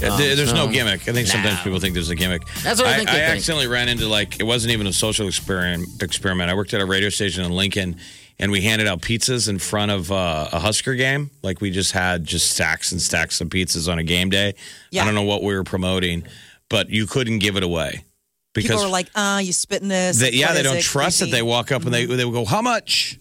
C: Yeah, there- there's no
B: Oh, so-
C: gimmick. I think sometimes people think there's a gimmick.
B: That's what I think they think.
C: accidentally ran into like it wasn't even a social experiment. Experiment. I worked at a radio station in Lincoln, and we handed out pizzas in front of uh, a Husker game. Like we just had just stacks and stacks of pizzas on a game day.
D: Yeah.
C: I don't know what we were promoting, but you couldn't give it away
D: People
C: because
D: are like, uh, you spitting this.
C: they, yeah,
D: What
C: they
D: is
C: don't
D: it?
C: trust it.
D: Creepy."
C: They walk up and they they will go, "How much?"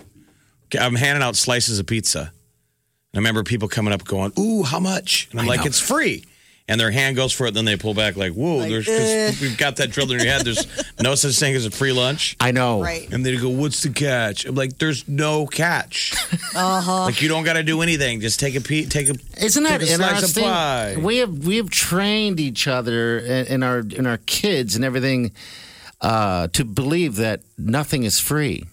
C: Okay, I'm handing out slices of pizza. And I remember people coming up going, "Ooh, how much?" And I'm like, "It's free." And their hand goes for it, then they pull back like, eh. "Whoa!" there's 'cause we've got that drilled in your head. There's no such thing as a free lunch.
B: I know.
D: Right.
C: And they go, "What's the catch?" I'm like, "There's no catch. Uh-huh. Like you don't got to do anything. Just take a pe- take a
B: Isn't that
C: Take a slice of
B: interesting?
C: pie.
B: We have we have trained each other and, and our and our kids and everything uh, to believe that nothing is free.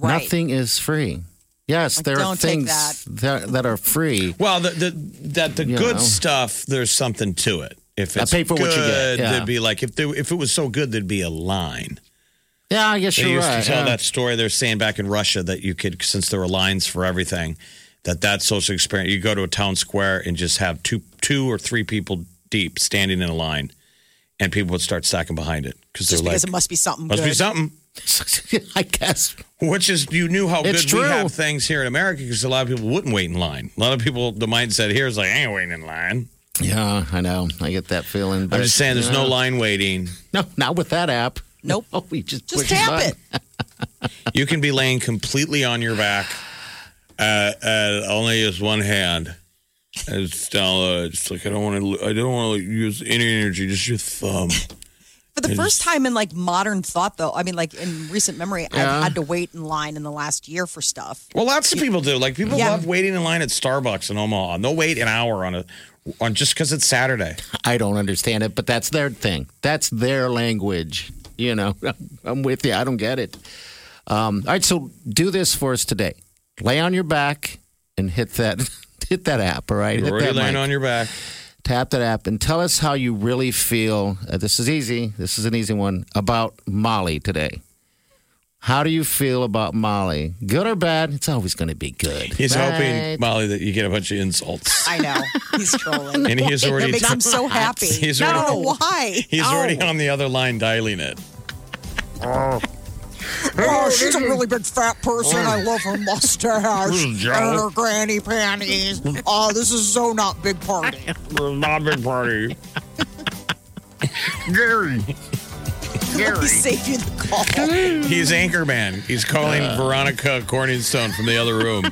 D: Right.
B: Nothing is free. Yes, there are
D: don't take
B: things that. That, are free.
C: Well, the, the that the
B: You
C: good
B: know.
C: stuff, there's something to it. If
B: I
C: it's
B: pay for
C: good,
B: what you get, yeah.
C: there'd be like if there, if it was so good, there'd be a line.
B: Yeah, I guess
C: They
B: you're
C: used
B: right.
C: to tell
B: yeah.
C: that story. They're saying back in Russia that you could, since there were lines for everything, that that social experience, you go to a town square and just have two two or three people deep standing in a line, and people would start stacking behind it because they're
D: Just because
C: like,
D: it must be something
C: must
D: good.
C: be something.
B: I guess.
C: Which is, you knew how
B: It's
C: good
B: true.
C: we have things here in America because a lot of people wouldn't wait in line. A lot of people, the mindset here is like, I ain't waiting in line.
B: Yeah, I know. I get that feeling. But
C: I'm just saying, there's no
B: yeah.
C: line waiting.
B: No, not with that app.
D: Nope.
B: Oh, we just
D: Just
B: push the
D: tap
B: button.
D: it.
C: You can be laying completely on your back, uh, uh, only use one hand. It's down. Uh, it's like I don't want to. I don't want to use any energy. Just your thumb.
D: For the first time in like modern thought, though, I mean, like in recent memory, I've had to wait in line in the last year for stuff.
C: Well, lots of people do. Like people
D: Yeah.
C: love waiting in line at Starbucks in Omaha. They'll wait an hour on a on just because it's Saturday.
B: I don't understand it, but that's their thing. That's their language. You know, I'm with you. I don't get it. Um, all right, so do this for us today. Lay on your back and hit that hit that app. All right,
C: You're
B: hit
C: already
B: that
C: laying
B: mic.
C: on your back.
B: tap that app and tell us how you really feel. Uh, this is easy. This is an easy one about Molly today. How do you feel about Molly? Good or bad? It's always going to be good.
C: He's
B: right?
C: hoping Molly that you get a bunch of insults,
D: I know. He's trolling.
C: and he's
D: That
C: already
D: makes Oh. him so happy.
C: He's
D: I don't
C: already-
D: know why.
C: he's already on the other line dialing it.
D: Oh, she's a really big fat person. I love her mustache and her granny panties. Oh, this is so not big party.
C: Not big party.
D: Let me save you the call.
C: He's Anchorman. He's calling Veronica Corningstone from the other room.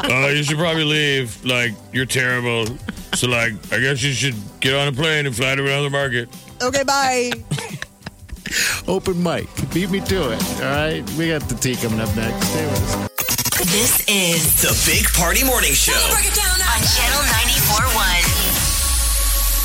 C: uh, you should probably leave. Like, you're terrible. So, like, I guess you should get on a plane and fly to another market.
D: Okay, bye.
B: Open mic. Beat me to it. All right. We got the tea coming up next. Stay with us.
A: This is
F: The Big Party Morning Show.
A: on Channel 941.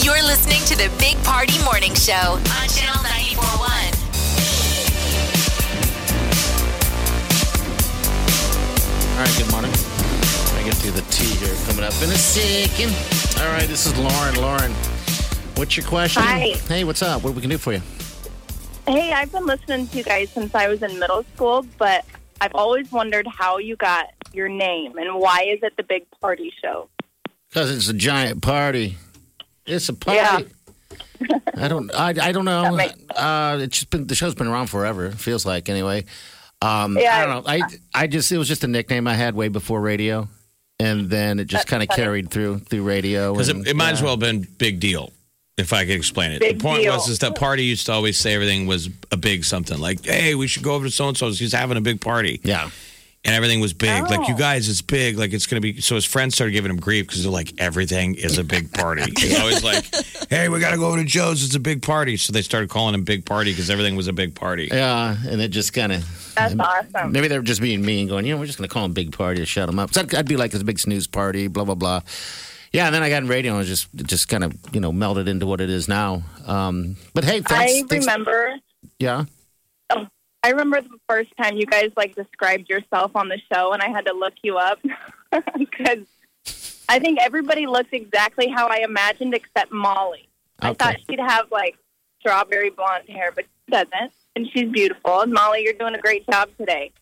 A: You're listening to the Big Party Morning Show on Channel 941.
B: All right. Good morning. I get to the tea here coming up in a second. All right. This is Lauren. Lauren, what's your question?
E: Hi.
B: Hey, what's up? What we can do for you?
E: Hey, I've been listening to you guys since I was in middle school, but I've always wondered how you got your name and why is it the big party show?
B: Because it's a giant party. It's a party.
E: Yeah.
B: I don't. I, I don't know.
E: That makes-
B: Uh, it's just been the show's been around forever. It feels like anyway. Um, I
E: Yeah.
B: don't know. I I just it was just a nickname I had way before radio, and then it just kind of carried through through radio.
C: Because
B: and-
C: it, it might as well have been big deal, if I could explain it.
E: Big
C: the point
E: deal.
C: was is that party used to always say everything was a big something. Like, hey, we should go over to so and so's. He's having a big party,
B: yeah.
C: and everything was big. Like, you
E: Oh.
C: guys, it's big. Like, it's gonna be. So his friends started giving him grief because they're like, everything is a big party. He's always like, hey, we gotta go over to Joe's. It's a big party. So they started calling him Big Party because everything was a big party.
B: Yeah, and it just kind of
E: That's awesome.
B: maybe they're just being mean, going, you know, we're just going to call them big party to shut them up. So I'd, I'd be like this big snooze party, blah blah blah. Yeah, and then I got in radio and it just it just kind of you know melded into what it is now. Um, but hey, thanks,
E: I
B: thanks-
E: remember.
B: yeah,
E: I remember the first time you guys like described yourself on the show, and I had to look you up because I think everybody looked exactly how I imagined except Molly. I
B: Okay.
E: thought she'd have like strawberry blonde hair, but she doesn't, and she's beautiful. And Molly, you're doing a great job today.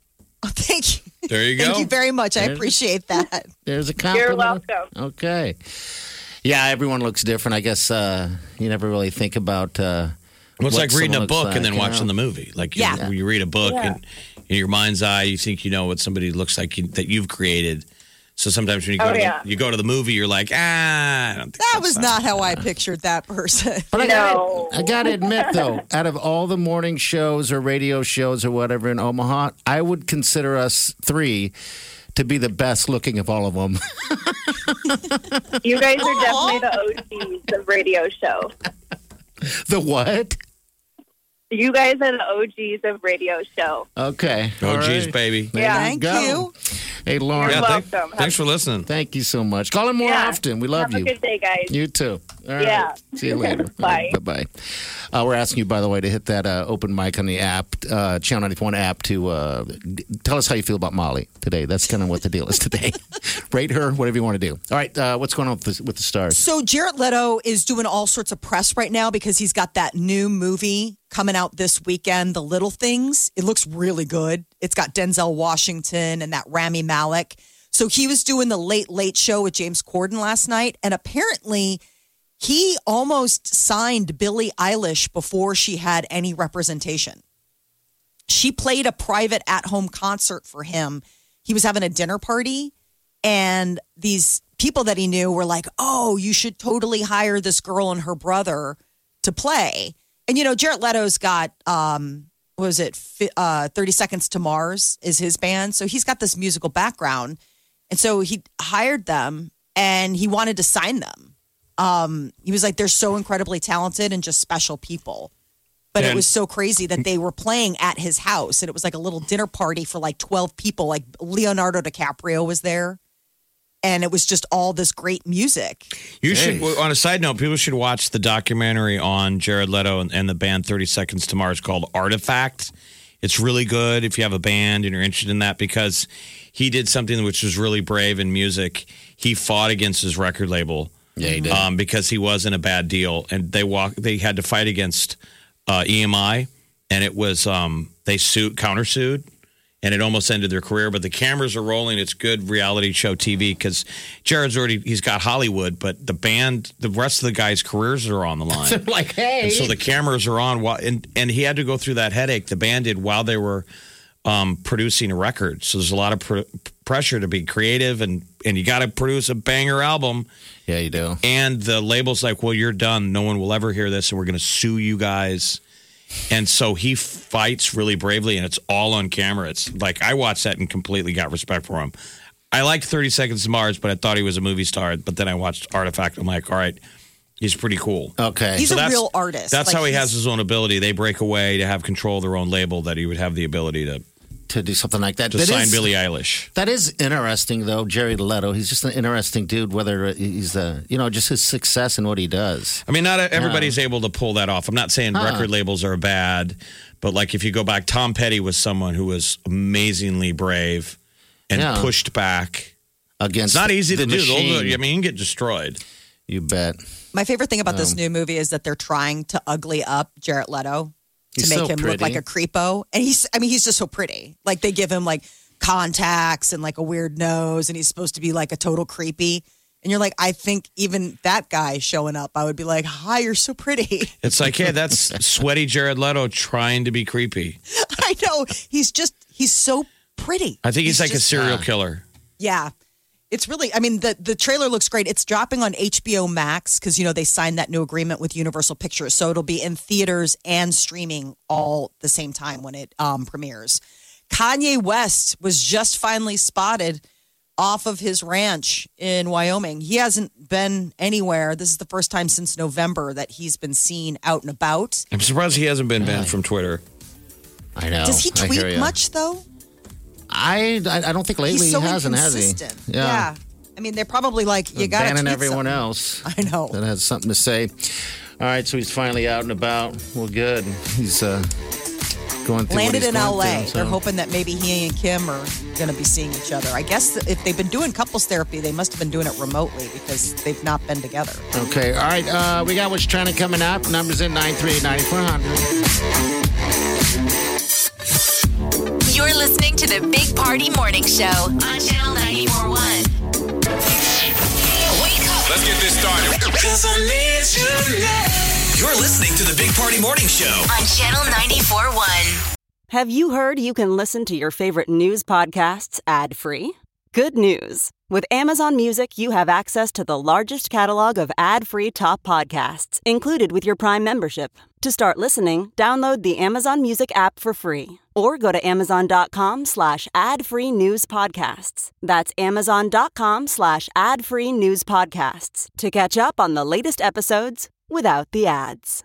D: Oh, thank you.
C: There you
D: Thank
C: go.
D: you very much. I appreciate that.
B: there's a compliment.
E: You're welcome.
B: Okay. Yeah, everyone looks different. I guess uh, you never really think about. Uh,
C: Well, it's
B: what
C: like reading a
B: someone looks
C: book
B: like,
C: and then
B: you
C: watching
B: know?
C: the movie. Like you,
D: Yeah.
C: you read a book and in your mind's eye, you think you know what somebody looks like you, that you've created. So sometimes when you go,
E: Oh,
C: to
E: yeah.
C: the, you go to the movie, you're like, ah, I don't think
D: That
C: that's
D: was not how I pictured that person.
B: But I
E: No.
B: gotta, I gotta admit though, out of all the morning shows or radio shows or whatever in Omaha, I would consider us three to be the best looking of all of them.
E: You guys are definitely the OGs of radio show.
B: the what?
E: You guys are the OGs of radio show.
B: Okay.
C: Oh,
B: All
C: geez,
B: right.
C: baby.
B: There
D: Thank
B: go.
D: you.
B: Hey, Lauren.
E: You're
C: Yeah,
E: welcome.
C: thank-
E: Have-
C: thanks for listening.
B: Thank you so much. Call him more
E: Yeah.
B: often. We love
E: Have a
B: you.
E: good day, guys.
B: You too. All right.
E: Yeah.
B: See you later.
E: Bye.
B: Bye bye. Uh, we're asking you, by the way, to hit that uh, open mic on the app, uh, Channel 91 app, to uh, d- tell us how you feel about Molly today. That's kind of what the deal is today. Rate her, whatever you want to do. All right. Uh, what's going on with the, with the stars?
D: So Jared Leto is doing all sorts of press right now because he's got that new movie coming out this weekend, The Little Things. It looks really good. It's got Denzel Washington and that Rami Malek. So he was doing the Late Late Show with James Corden last night, and apparently he almost signed Billie Eilish before she had any representation. She played a private at home concert for him. He was having a dinner party, and these people that he knew were like, Oh, you should totally hire this girl and her brother to play. And, you know, Jared Leto's got, um, what was it, fi- uh, 30 Seconds to Mars is his band. So he's got this musical background. And so he hired them and he wanted to sign them. Um, he was like, They're so incredibly talented and just special people. But it
C: And-
D: was so crazy that they were playing at his house and it was like a little dinner party for like 12 people. Like Leonardo DiCaprio was there and it was just all this great music.
C: You should, well, on a side note, people should watch the documentary on Jared Leto and, and the band 30 Seconds to Mars called Artifact. It's really good if you have a band and you're interested in that because he did something which was really brave in music. He fought against his record label.
B: Yeah, he did.
C: um, because he was in a bad deal, and they walk. They had to fight against uh, EMI, and it was um, they sued, countersued, and it almost ended their career. But the cameras are rolling. It's good reality show TV because Jared's already he's got Hollywood, but the band, the rest of the guys' careers are on the line.
B: like, hey.
C: And so the cameras are on, while, and and he had to go through that headache the band did while they were um, producing a record. So there's a lot of pr- pressure to be creative, and and you got to produce a banger album.
B: yeah, you do.
C: And the label's like, well, you're done. No one will ever hear this, and we're going to sue you guys. And so he fights really bravely, and it's all on camera. It's like I watched that and completely got respect for him. I liked 30 Seconds to Mars, but I thought he was a movie star. But then I watched Artifact. I'm like, all right, he's pretty cool.
B: Okay.
D: Uh, He's
C: So
D: a
C: that's-
D: real artist.
C: That's
D: Like,
C: how he
D: he's-
C: has his own ability. They break away to have control of their own label, that he would have the ability to,
B: to do something like that.
C: to
B: That
C: sign
B: is-
C: Billie Eilish.
B: That is interesting, though. Jerry Leto, he's just an interesting dude, whether he's, uh, you know, just his success and what he does.
C: I mean, not everybody's able to pull that off. I'm not saying record labels are bad, but like if you go back, Tom Petty was someone who was amazingly brave and
B: Yeah.
C: pushed back.
B: Against
C: It's not easy
B: the
C: to do. They'll-
B: machine.
C: I mean, you can get destroyed.
B: You bet.
D: My favorite thing about this
B: Um,
D: new movie is that they're trying to ugly up Jarrett Leto to
B: He's
D: make
B: so
D: him look
B: pretty.
D: like a creepo. And he's, I mean, he's just so pretty. Like they give him like contacts and like a weird nose, and he's supposed to be like a total creepy. And you're like, I think even that guy showing up, I would be like, hi, you're so pretty.
C: It's like, hey, that's sweaty Jared Leto trying to be creepy.
D: I know. He's just, he's so pretty.
C: I think he's, like a
D: just-
C: serial killer.
D: Yeah. It's really, I mean, the, the trailer looks great. It's dropping on HBO Max because, you know, they signed that new agreement with Universal Pictures. So it'll be in theaters and streaming all the same time when it um, premieres. Kanye West was just finally spotted off of his ranch in Wyoming. He hasn't been anywhere. This is the first time since November that he's been seen out and about.
C: I'm surprised he hasn't been banned from Twitter.
B: I know.
D: Does he
B: Oh, I hear
D: tweet
B: ya.
D: much, though?
B: I, I I don't think lately
D: he's so
B: he hasn't, has he?
D: inconsistent. I mean, they're probably like, you got to
B: banning everyone else.
D: I know.
B: that has something to say. All right, so he's finally out and about. Well, good. He's uh, going through what
D: landed
B: he's
D: in
B: going
D: LA.
B: through, so-
D: They're hoping that maybe he and Kim are going to be seeing each other. I guess that if they've been doing couples therapy, they must have been doing it remotely because they've not been together.
B: Okay, all right. Uh, we got what's trending coming up. Numbers in 938-9400.
A: You're listening to the Big Party Morning Show on Channel 941. Wake up
F: Let's get this started. You're listening to the Big Party Morning Show.
A: on Channel 941.
G: Have you heard you can listen to your favorite news podcasts ad free? Good news! With Amazon Music, you have access to the largest catalog of ad free top podcasts included with your Prime membership. To start listening, download the Amazon Music app for free or go to amazon.com slash ad free news podcasts. That's amazon.com slash ad free news podcasts to catch up on the latest episodes without the ads.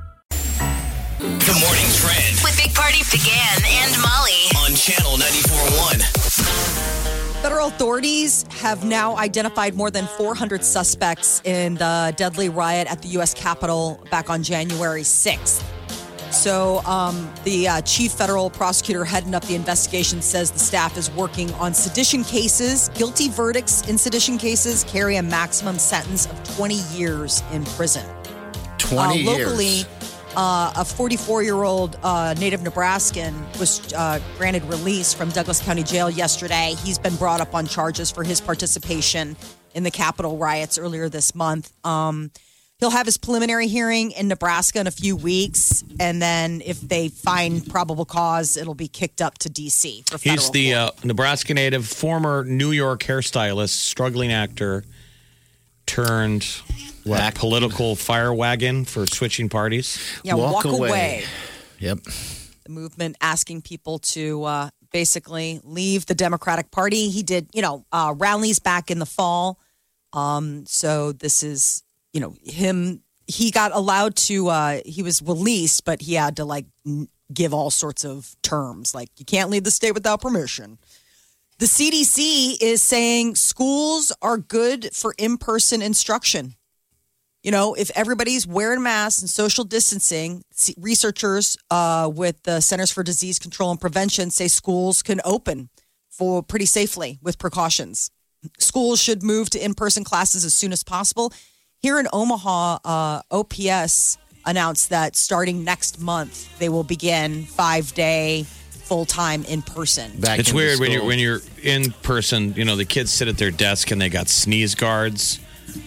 F: The Morning Trend
A: With Big Party began and Molly.
F: on Channel 94.1.
D: Federal authorities have now identified more than 400 suspects in the deadly riot at the U.S. Capitol back on January 6th. So, um, the uh, chief federal prosecutor heading up the investigation says the staff is working on sedition cases. Guilty verdicts in sedition cases carry a maximum sentence of 20 years in prison.
B: 20
D: uh, locally,
B: years.
D: uh, a 44 year old uh, native Nebraskan was uh, granted release from Douglas County Jail yesterday. He's been brought up on charges for his participation in the Capitol riots earlier this month. Um, he'll have his preliminary hearing in Nebraska in a few weeks. And then if they find probable cause, it'll be kicked up to D.C. for
C: He's
D: federal
C: the
D: court.
C: uh, Nebraska native, former New York hairstylist, struggling actor, turned what,
B: Act-
C: political fire wagon for switching parties.
D: yeah,
B: walk
D: walk,
B: away.
D: away.
B: Yep.
D: The movement asking people to uh, basically leave the Democratic Party. He did, you know, uh, rallies back in the fall. Um, so this is, you know, him. He got allowed to. Uh, he was released, but he had to like n- give all sorts of terms, like you can't leave the state without permission. The CDC is saying schools are good for in-person instruction. You know, if everybody's wearing masks and social distancing, s- researchers uh, with the Centers for Disease Control and Prevention say schools can open for pretty safely with precautions. Schools should move to in-person classes as soon as possible. Here in Omaha, uh, OPS announced that starting next month they will begin five-day full-time in-person.
B: Back
C: it's
B: into
C: weird when
B: school.
C: you're when you're in person. You know, the kids sit at their desk and they got sneeze guards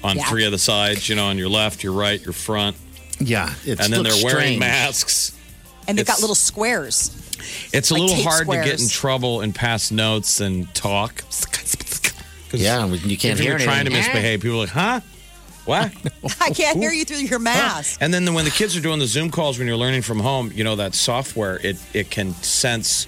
C: on
D: Yeah.
C: three of the sides. You know, on your left, your right, your front,
B: Yeah. It's,
C: and then they're
B: looks
C: wearing
B: strange.
C: masks.
D: And they've got
C: It's-
D: little squares.
C: It's a
D: Like
C: little
D: tape
C: hard to get
D: squares.
C: in trouble and pass notes and talk. 'Cause
B: Yeah, you can't
C: if you're
B: hear
C: trying to
B: anything.
C: misbehave, people are like, huh? What?
D: I can't hear you through your mask.
C: And then the, when the kids are doing the Zoom calls when you're learning from home, you know that software it it can sense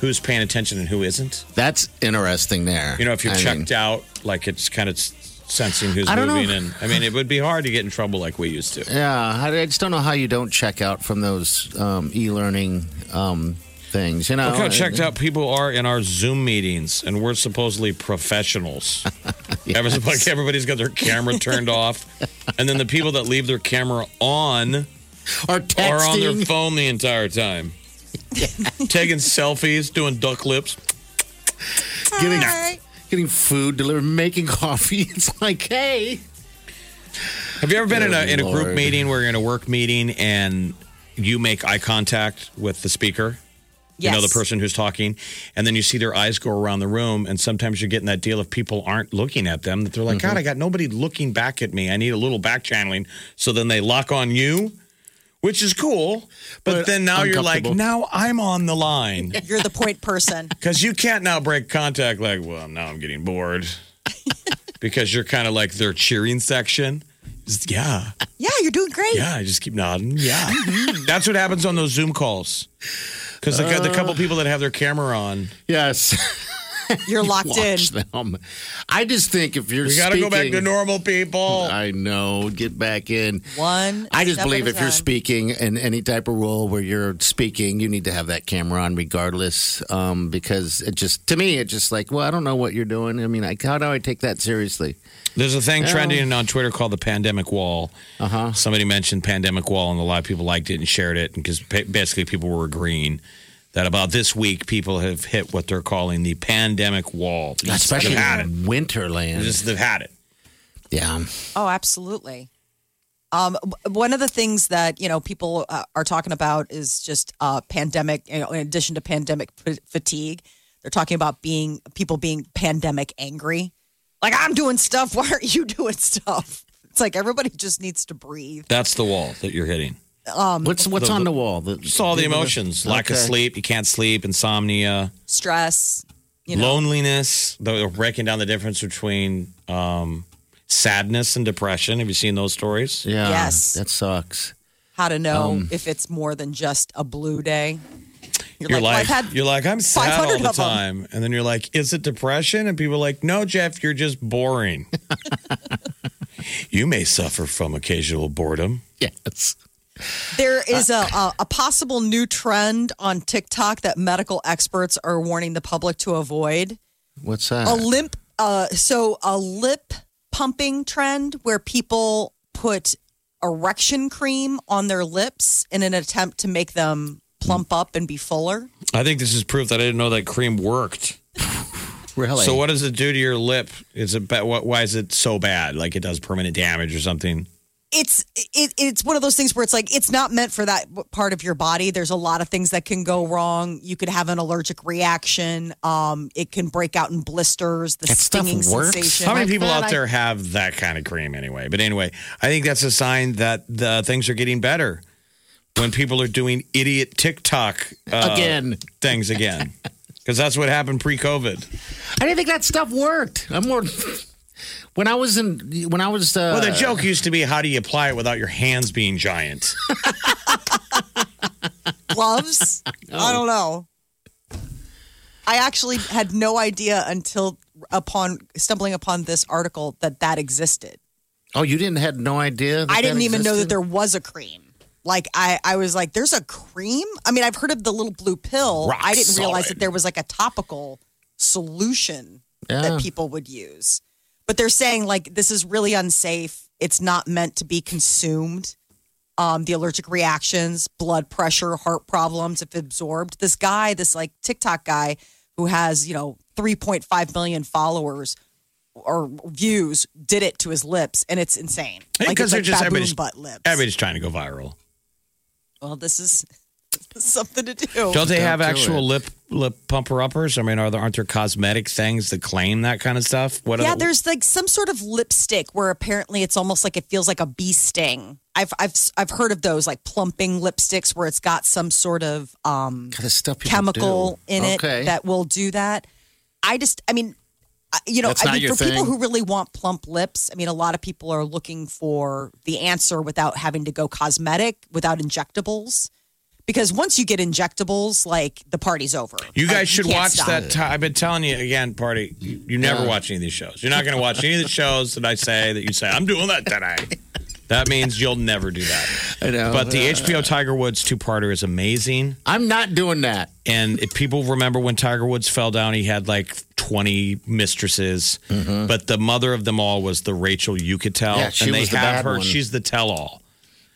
C: who's paying attention and who isn't.
B: That's interesting there.
C: You know, if you're
B: I
C: checked
B: mean,
C: out, like it's kind of s- sensing who's
B: I don't
C: moving.
B: know.
C: And I mean, it would be hard to get in trouble like we used to.
B: Yeah, I I just don't know how you don't check out from those um, e-learning um, things. You know,
C: Look how
B: I-
C: checked out people are in our Zoom meetings, and we're supposedly professionals. Every- like everybody's got their camera turned off, and then the people that leave their camera on
B: Or texting.
C: are on their phone the entire time, taking selfies, doing duck lips.
B: getting, getting food delivered, making coffee. It's like, hey,
C: Have you ever been in a
B: Good
C: in a group
B: Lord.
C: meeting where you're in a work meeting and you make eye contact with the speaker?
D: Yes.
C: You know the person who's talking, and then you see their eyes go around the room, and sometimes you're getting that deal if people aren't looking at them that they're like,
B: Mm-hmm.
C: God, I got nobody looking back at me. I need a little back channeling. So then they lock on you, which is cool. But,
B: But
C: then now you're like,
B: uncomfortable.
C: now I'm on the line
D: You're the point person.
C: because you can't now break contact. Like, well, now I'm getting bored because you're kind of like their cheering section. Just, yeah.
D: Yeah, you're doing great.
C: Yeah, I just keep nodding. Yeah, Mm-hmm. that's what happens on those Zoom calls. Because the, the couple people that have their camera on,
B: yes,
D: You're locked in.
B: watch them. I just think if you're
C: we got to go back to
B: speaking-
C: normal people.
B: I know. Get back in.
D: One.
B: I just
D: step
B: believe
D: at a
B: if you're
D: time.
B: speaking in any type of role where you're speaking, you need to have that camera on regardless, um, because it just to me it just like, well, I don't know what you're doing. I mean, like, how do I take that seriously?
C: There's a thing trending on Twitter called the pandemic wall. Uh-huh. Somebody mentioned pandemic wall, and a lot of people liked it and shared it because basically people were agreeing that about this week people have hit what they're calling the pandemic wall. They just
B: Especially
C: have had it.
B: in
C: They
B: Winterland.
C: just have had it.
B: yeah,
D: Oh, absolutely. Um, w- one of the things that you know people uh, are talking about is just uh, pandemic. You know, in addition to pandemic f- fatigue, they're talking about being people being pandemic angry. Like I'm doing stuff. Why aren't you doing stuff? It's like everybody just needs to breathe.
C: That's the wall that you're hitting.
D: Um,
B: what's what's on the wall? The,
C: It's all the emotions: lack of
B: Okay.
C: sleep, you can't sleep, insomnia.
D: Stress. You know.
C: loneliness. They're breaking down the difference between um, sadness and depression. Have you seen those stories?
B: Yeah,
D: Yes.
B: that sucks.
D: How to know if it's more than just a blue day. You're,
C: You're
D: well,
C: like,
D: I've had
C: you're like, I'm sad
D: 500
C: all the
D: of 'em."
C: time, and then you're like, is it depression? And people are like, no, Jeff, you're just boring. you may suffer from occasional boredom.
B: Yes.
D: There is a, a, a possible new trend on TikTok that medical experts are warning the public to avoid.
B: What's that?
D: A limp, uh, so a lip pumping trend where people put erection cream on their lips in an attempt to make them plump up and be fuller.
C: I think this is proof that I didn't know that cream worked.
B: really?
C: So, what does it do to your lip? Is it ba- what? Why is it so bad? Like it does permanent damage or something?
D: It's it, it's one of those things where it's like it's not meant for that part of your body. There's a lot of things that can go wrong. You could have an allergic reaction. Um, it can break out in blisters. The
B: That stuff
D: stinging
B: works?
D: sensation.
C: How many
B: like
C: people
B: that,
C: out
B: I-
C: there have that kind of cream anyway? But anyway, I think that's a sign that the things are getting better when people are doing idiot TikTok uh,
B: Again.
C: things again. Because that's what happened pre-COVID.
B: I didn't think that stuff worked. I'm more. When I was in, when I was, uh,
C: Well, the joke used to be, how do you apply it without your hands being giant?
D: gloves. I don't know. I actually had no idea until upon stumbling upon this article that that existed.
B: oh, you didn't had no idea. that
D: I didn't
B: that
D: even know that
B: existed?
D: there was a cream. Like I, I was like, "There's a cream." I mean, I've heard of the little blue pill.
C: Rock
D: I didn't realize
C: solid.
D: that there was like a topical solution
B: Yeah.
D: that people would use. But they're saying like this is really unsafe. It's not meant to be consumed. Um, the allergic reactions, blood pressure, heart problems if absorbed. This guy, this like TikTok guy who has you know 3.5 million followers or views, did it to his lips, and it's insane.
C: Hey,
D: Like,
C: 'cause
D: it's
C: they're
D: like
C: just-
D: baboon
C: everybody's-
D: butt lips.
C: Everybody's trying to go viral.
D: well, this is, this is something to do.
C: Don't they
B: Don't
C: have
B: do
C: actual
B: it.
C: lip lip pumper uppers? I mean, are there aren't there cosmetic things that claim that kind of stuff? What
D: Yeah,
C: are the-
D: there's like some sort of lipstick where apparently it's almost like it feels like a bee sting. I've I've I've heard of those like plumping lipsticks where it's got some sort of um
B: God, the stuff people
D: chemical
B: do.
D: in it
B: Okay.
D: that will do that. I just I mean I- you know,
B: That's
D: I
B: not
D: mean,
B: your
D: for people
B: thing.
D: who really want plump lips, I mean, a lot of people are looking for the answer without having to go cosmetic, without injectables, because once you get injectables, like the party's over.
C: You
B: Uh,
D: Like,
C: guys should
D: can't
C: watch
D: stop.
C: that. i I've been telling you again, party. You, you never watch any of these shows. You're not going to watch any of the shows that I say that you say I'm doing that today. That means you'll never do that.
B: I know.
C: But the HBO Tiger Woods two-parter is amazing,
B: I'm not doing that.
C: and if people remember when Tiger Woods fell down, he had like 20 mistresses, but the mother of them all was the Rachel Yucatel,
B: Mm-hmm. Yeah, she
C: and they
B: was the
C: have
B: bad
C: her.
B: one.
C: She's the tell-all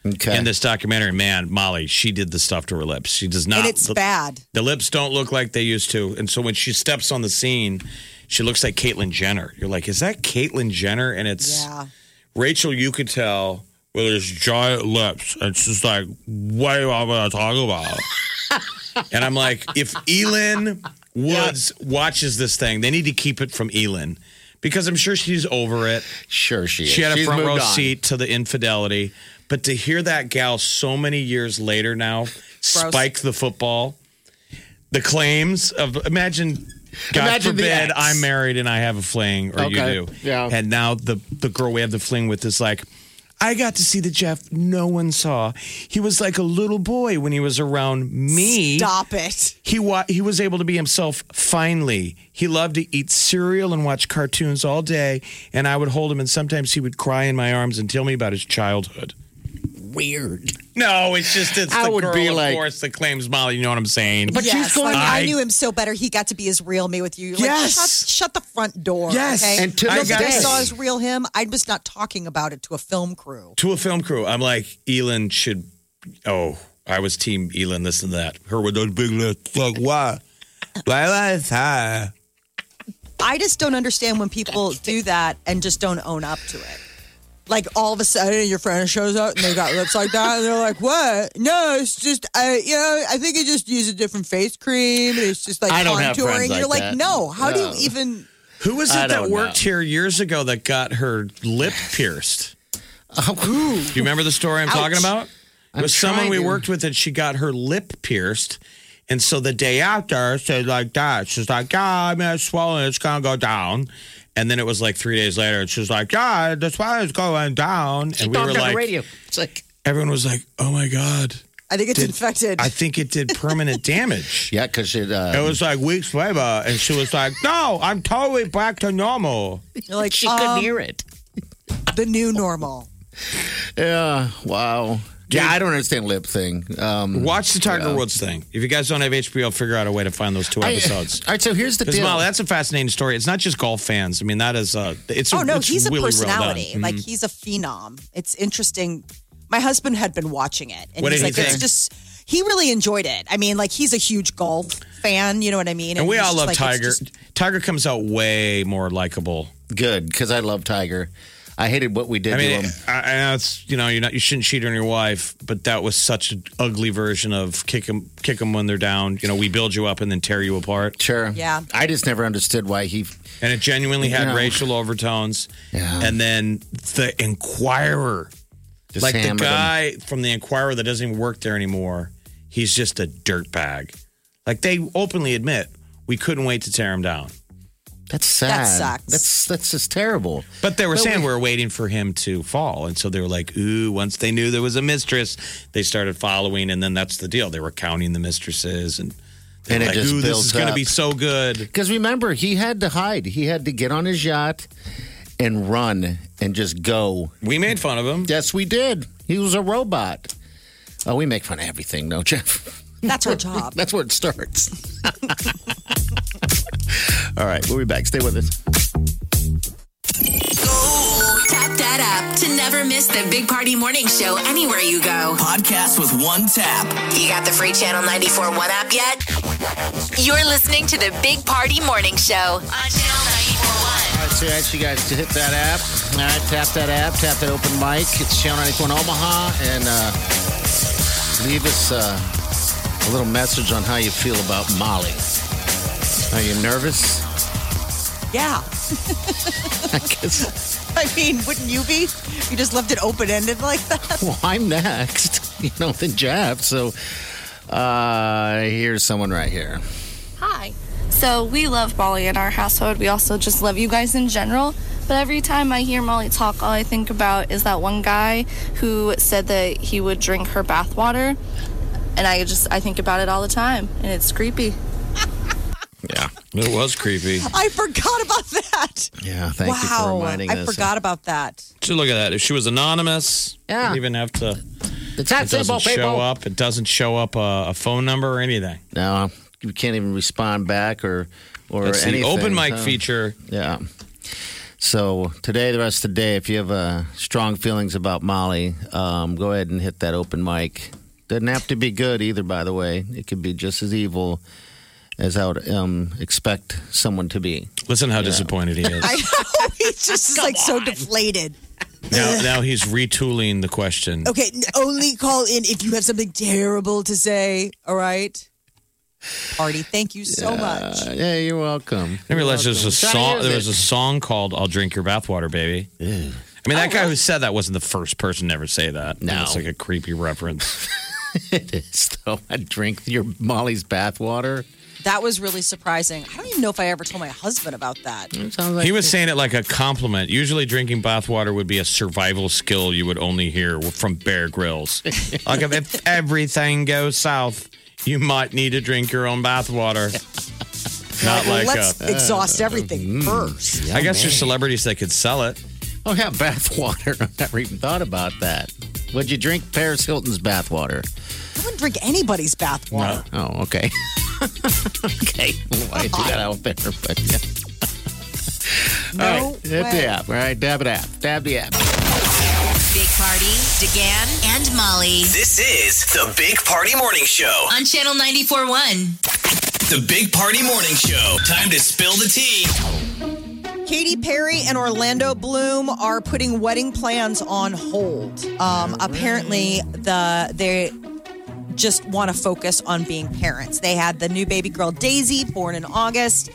B: Okay.
C: in this documentary. Man, Molly, she did the stuff to her lips. She does not.
D: and it's
C: the-
D: bad.
C: the lips don't look like they used to. And so when she steps on the scene, she looks like Caitlyn Jenner. You're like, is that Caitlyn Jenner? And it's
D: Yeah.
C: Rachel. You could tell with his giant lips. It's just like, what am I going to talk about? and I'm like, if Elin Woods watches this thing, they need to keep it from Elin because I'm sure she's over it.
B: Sure, she is.
C: She had a
B: She's
C: front row
B: moved on.
C: seat to the infidelity. But to hear that gal so many years later now spike the football, the claims of imagine, God
B: Imagine the
C: forbid,
B: ex.
C: I'm married and I have a fling, or
B: Okay,
C: you do.
B: yeah.
C: And now the, the girl we have the fling with is like, I got to see the Jeff no one saw. He was like a little boy when he was around me
D: Stop it.
C: he wa- he was able to be himself finally. He loved to eat cereal and watch cartoons all day, and I would hold him, and sometimes he would cry in my arms and tell me about his childhood.
B: Weird.
C: No, it's just it's
B: I
C: the
B: would
C: girl,
B: be
C: of
B: like-
C: course, that claims Molly. You know what I'm saying?
B: But
D: yes,
B: she's going.
D: like, I,
C: I-
D: knew him so better. He got to be his real me with you. Like,
C: Yes.
D: shut, shut the front door.
C: Yes.
D: okay?
B: And to
D: Because
B: this
D: if I
B: day-
D: saw his real him. I was not talking about it to a film crew.
C: to a film crew, I'm like, Elon should. Oh, I was team Elon. This and that. Her with those big lips. Like why? Why was high?
D: I just don't understand when people do that and just don't own up to it. Like all of a sudden, your friend shows up and they got lips like that, and they're like, "What? No, it's just I, you know, I think I just use a different face cream. And it's just like
B: I don't
D: contouring."
B: have friends like
D: You're like,
B: that.
D: "No, how do
B: No.
D: you even?"
C: Who was
B: I
C: it that
B: don't
C: worked
B: know.
C: here years ago that got her lip pierced? Do you remember the story I'm talking about? It was someone
B: trying
C: we
B: to-
C: worked with that she got her lip pierced. And so the day after, said like that. She's like, yeah, I mean, it's swollen. It's going to go down. And then it was like three days later. And she's like, yeah, the swelling's going down. And we
B: Talked
C: were
B: on the
C: like,
B: radio. It's like
C: everyone was like, oh my God.
D: I think it's infected.
C: I think it did permanent damage.
B: yeah, because it.
C: It
B: Uh,
C: was like weeks later. And she was like, no, I'm totally back to normal.
D: You're like,
B: she
D: um,
B: couldn't hear it.
D: the new normal.
B: Yeah. Wow. Yeah, I don't understand lip thing. Um,
C: Watch the Tiger Woods thing. If you guys don't have HBO, figure out a way to find those two
B: I-
C: episodes.
B: all right, so here's the
C: Because
B: deal.
C: Molly, that's a fascinating story. It's not just golf fans. I mean, that is a. It's
D: Oh no,
C: it's
D: he's a
C: really well done.
D: personality. Like
C: Mm-hmm.
D: he's a phenom. It's interesting. My husband had been watching it, and
C: What
D: he's
C: did he
D: like, "It's
C: think?
D: just." He really enjoyed it. I mean, like he's a huge golf fan. You know what I mean?
C: Mm-hmm. And we
D: he's
C: all love
D: just like, it's
C: Tiger.
D: just-
C: Tiger comes out way more likable.
B: Good, because I love Tiger. I hated what we did
C: I mean,
B: to him.
C: I, I know it's you know you're not you shouldn't cheat on your wife, but that was such an ugly version of kick them kick them when they're down. You know, we build you up and then tear you apart.
B: Sure.
D: Yeah.
B: I just never understood why he.
C: And it genuinely had
B: Yeah.
C: racial overtones.
B: Yeah.
C: And then the Inquirer.
B: Just
C: like the
B: hammered him.
C: guy from the Inquirer that doesn't even work there anymore. He's just a dirtbag. Like they openly admit we couldn't wait to tear him down,
B: That's sad.
D: That sucks.
B: That's that's just terrible.
C: but they were saying we, were waiting for him to fall, and so they were like, "Ooh!" Once they knew there was a mistress, they started following, and then that's the deal. They were counting the mistresses, and they
B: And
C: were
B: it
C: like,
B: just
C: "Ooh, this
B: builds
C: is going to
B: up.
C: be so good."
B: Because remember, he had to hide. He had to get on his yacht and run and just go.
C: We made fun of him.
B: Yes, we did. He was a robot. Oh, we make fun of everything, no, Jeff.
D: that's our job.
B: That's where it starts. All right, we'll be back. Stay with us.
A: Tap that app to never miss the Big Party Morning Show anywhere you go.
F: Podcast with one tap.
A: You got the free Channel 94 One app yet? You're listening to the Big Party Morning Show on Channel 94.1.
B: All right, so I ask you guys to hit that app. All right, tap that app, tap that open mic. It's Channel 94 in Omaha, and uh, leave us uh, a little message on how you feel about Molly. Are you nervous?
D: Yeah.
B: I guess.
D: I mean, wouldn't you be? You just left it open ended like that.
B: Well, I'm next, you know, than Jeff. So uh, here's someone right here.
H: Hi. So we love Molly in our household. We also just love you guys in general. But every time I hear Molly talk, all I think about is that one guy who said that he would drink her bathwater. And I just I think about it all the time, and it's creepy.
B: Yeah.
C: It was creepy.
D: I forgot about that.
B: Yeah, thank you for
D: wow.
B: reminding
D: I
B: us.
D: forgot about that.
C: So look at that. If she was anonymous,
B: Yeah.
C: didn't even have to.
B: It's not
C: It doesn't
B: simple,
C: show
B: people.
C: up. It doesn't show up a, a phone number or anything.
B: No, you can't even respond back or or
C: It's
B: anything.
C: the open mic
B: so-
C: feature.
B: Yeah. So today, the rest of the day, if you have uh, strong feelings about Molly, um, go ahead and hit that open mic. Doesn't have to be good either, by the way. It could be just as evil as I would um, expect someone to be.
C: Listen how disappointed he is.
D: I know. He's just like so deflated.
C: now, now he's retooling the question.
D: Okay, n- only call in if you have something terrible to say. All right. Artie, thank you so much.
B: Uh, yeah, you're welcome.
C: I didn't realize there was a
B: Try to
C: song.
B: use
C: There
B: it.
C: was a song called "I'll Drink Your Bathwater, Baby." I mean, that
D: Oh,
C: guy who said that wasn't the first person to ever say that.
B: No.
C: it's like a creepy reference.
B: it is though. I drink your Molly's bathwater.
D: That was really surprising. I don't even know if I ever told my husband about that.
C: Mm,
B: It sounds like
C: he was saying it like a compliment. Usually, drinking bathwater would be a survival skill you would only hear from Bear Grylls. like if, if everything goes south, you might need to drink your own bathwater. Not like
D: Let's
C: a, Mm.
D: exhaust everything first.
C: I guess there's celebrities that could sell it.
B: Oh yeah, bathwater. I never even thought about that. Would you drink Paris Hilton's bathwater?
D: I wouldn't drink anybody's bathwater.
B: Oh, okay. okay. Why did you that out there? But yeah.
D: No
B: All right, hit the
D: way.
B: app. All right, dab it app. Dab the app.
A: Big Party, DeGan, and Molly
F: This is the Big Party Morning Show.
A: on Channel 94.1.
F: The Big Party Morning Show. Time to spill the tea.
D: Katy Perry and Orlando Bloom are putting wedding plans on hold. Um, apparently, the they just want to focus on being parents. They had the new baby girl Daisy born in August,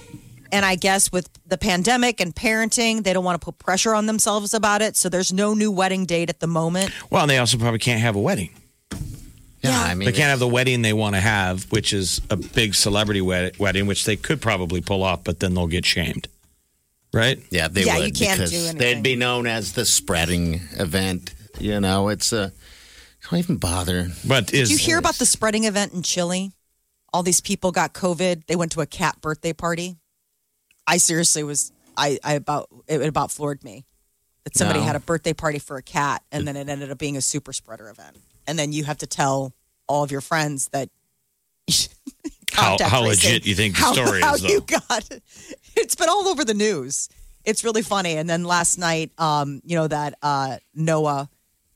D: and I guess with the pandemic and parenting, they don't want to put pressure on themselves about it. So there's no new wedding date at the moment.
C: Well, and they also probably can't have a wedding.
B: Yeah, I mean,
C: They can't have the wedding they want to have, which is a big celebrity wed- wedding, which they could probably pull off, but then they'll get shamed, right?
B: yeah, they
D: Yeah,
B: would
D: you can't
B: because
D: do anything.
B: they'd be known as the spreading event. You know, it's a. Don't even bother.
C: But is
D: Did you hear about the spreading event in Chile? All these people got COVID. They went to a cat birthday party. I seriously was I, I about it about floored me that somebody
B: No.
D: had a birthday party for a cat and then it ended up being a super spreader event. And then you have to tell all of your friends that
C: how,
D: contact
C: how
D: tracing,
C: legit you think the
D: how-
C: story
D: how
C: is? Though
D: you got it's been all over the news. It's really funny. And then last night, um, you know that uh, Noah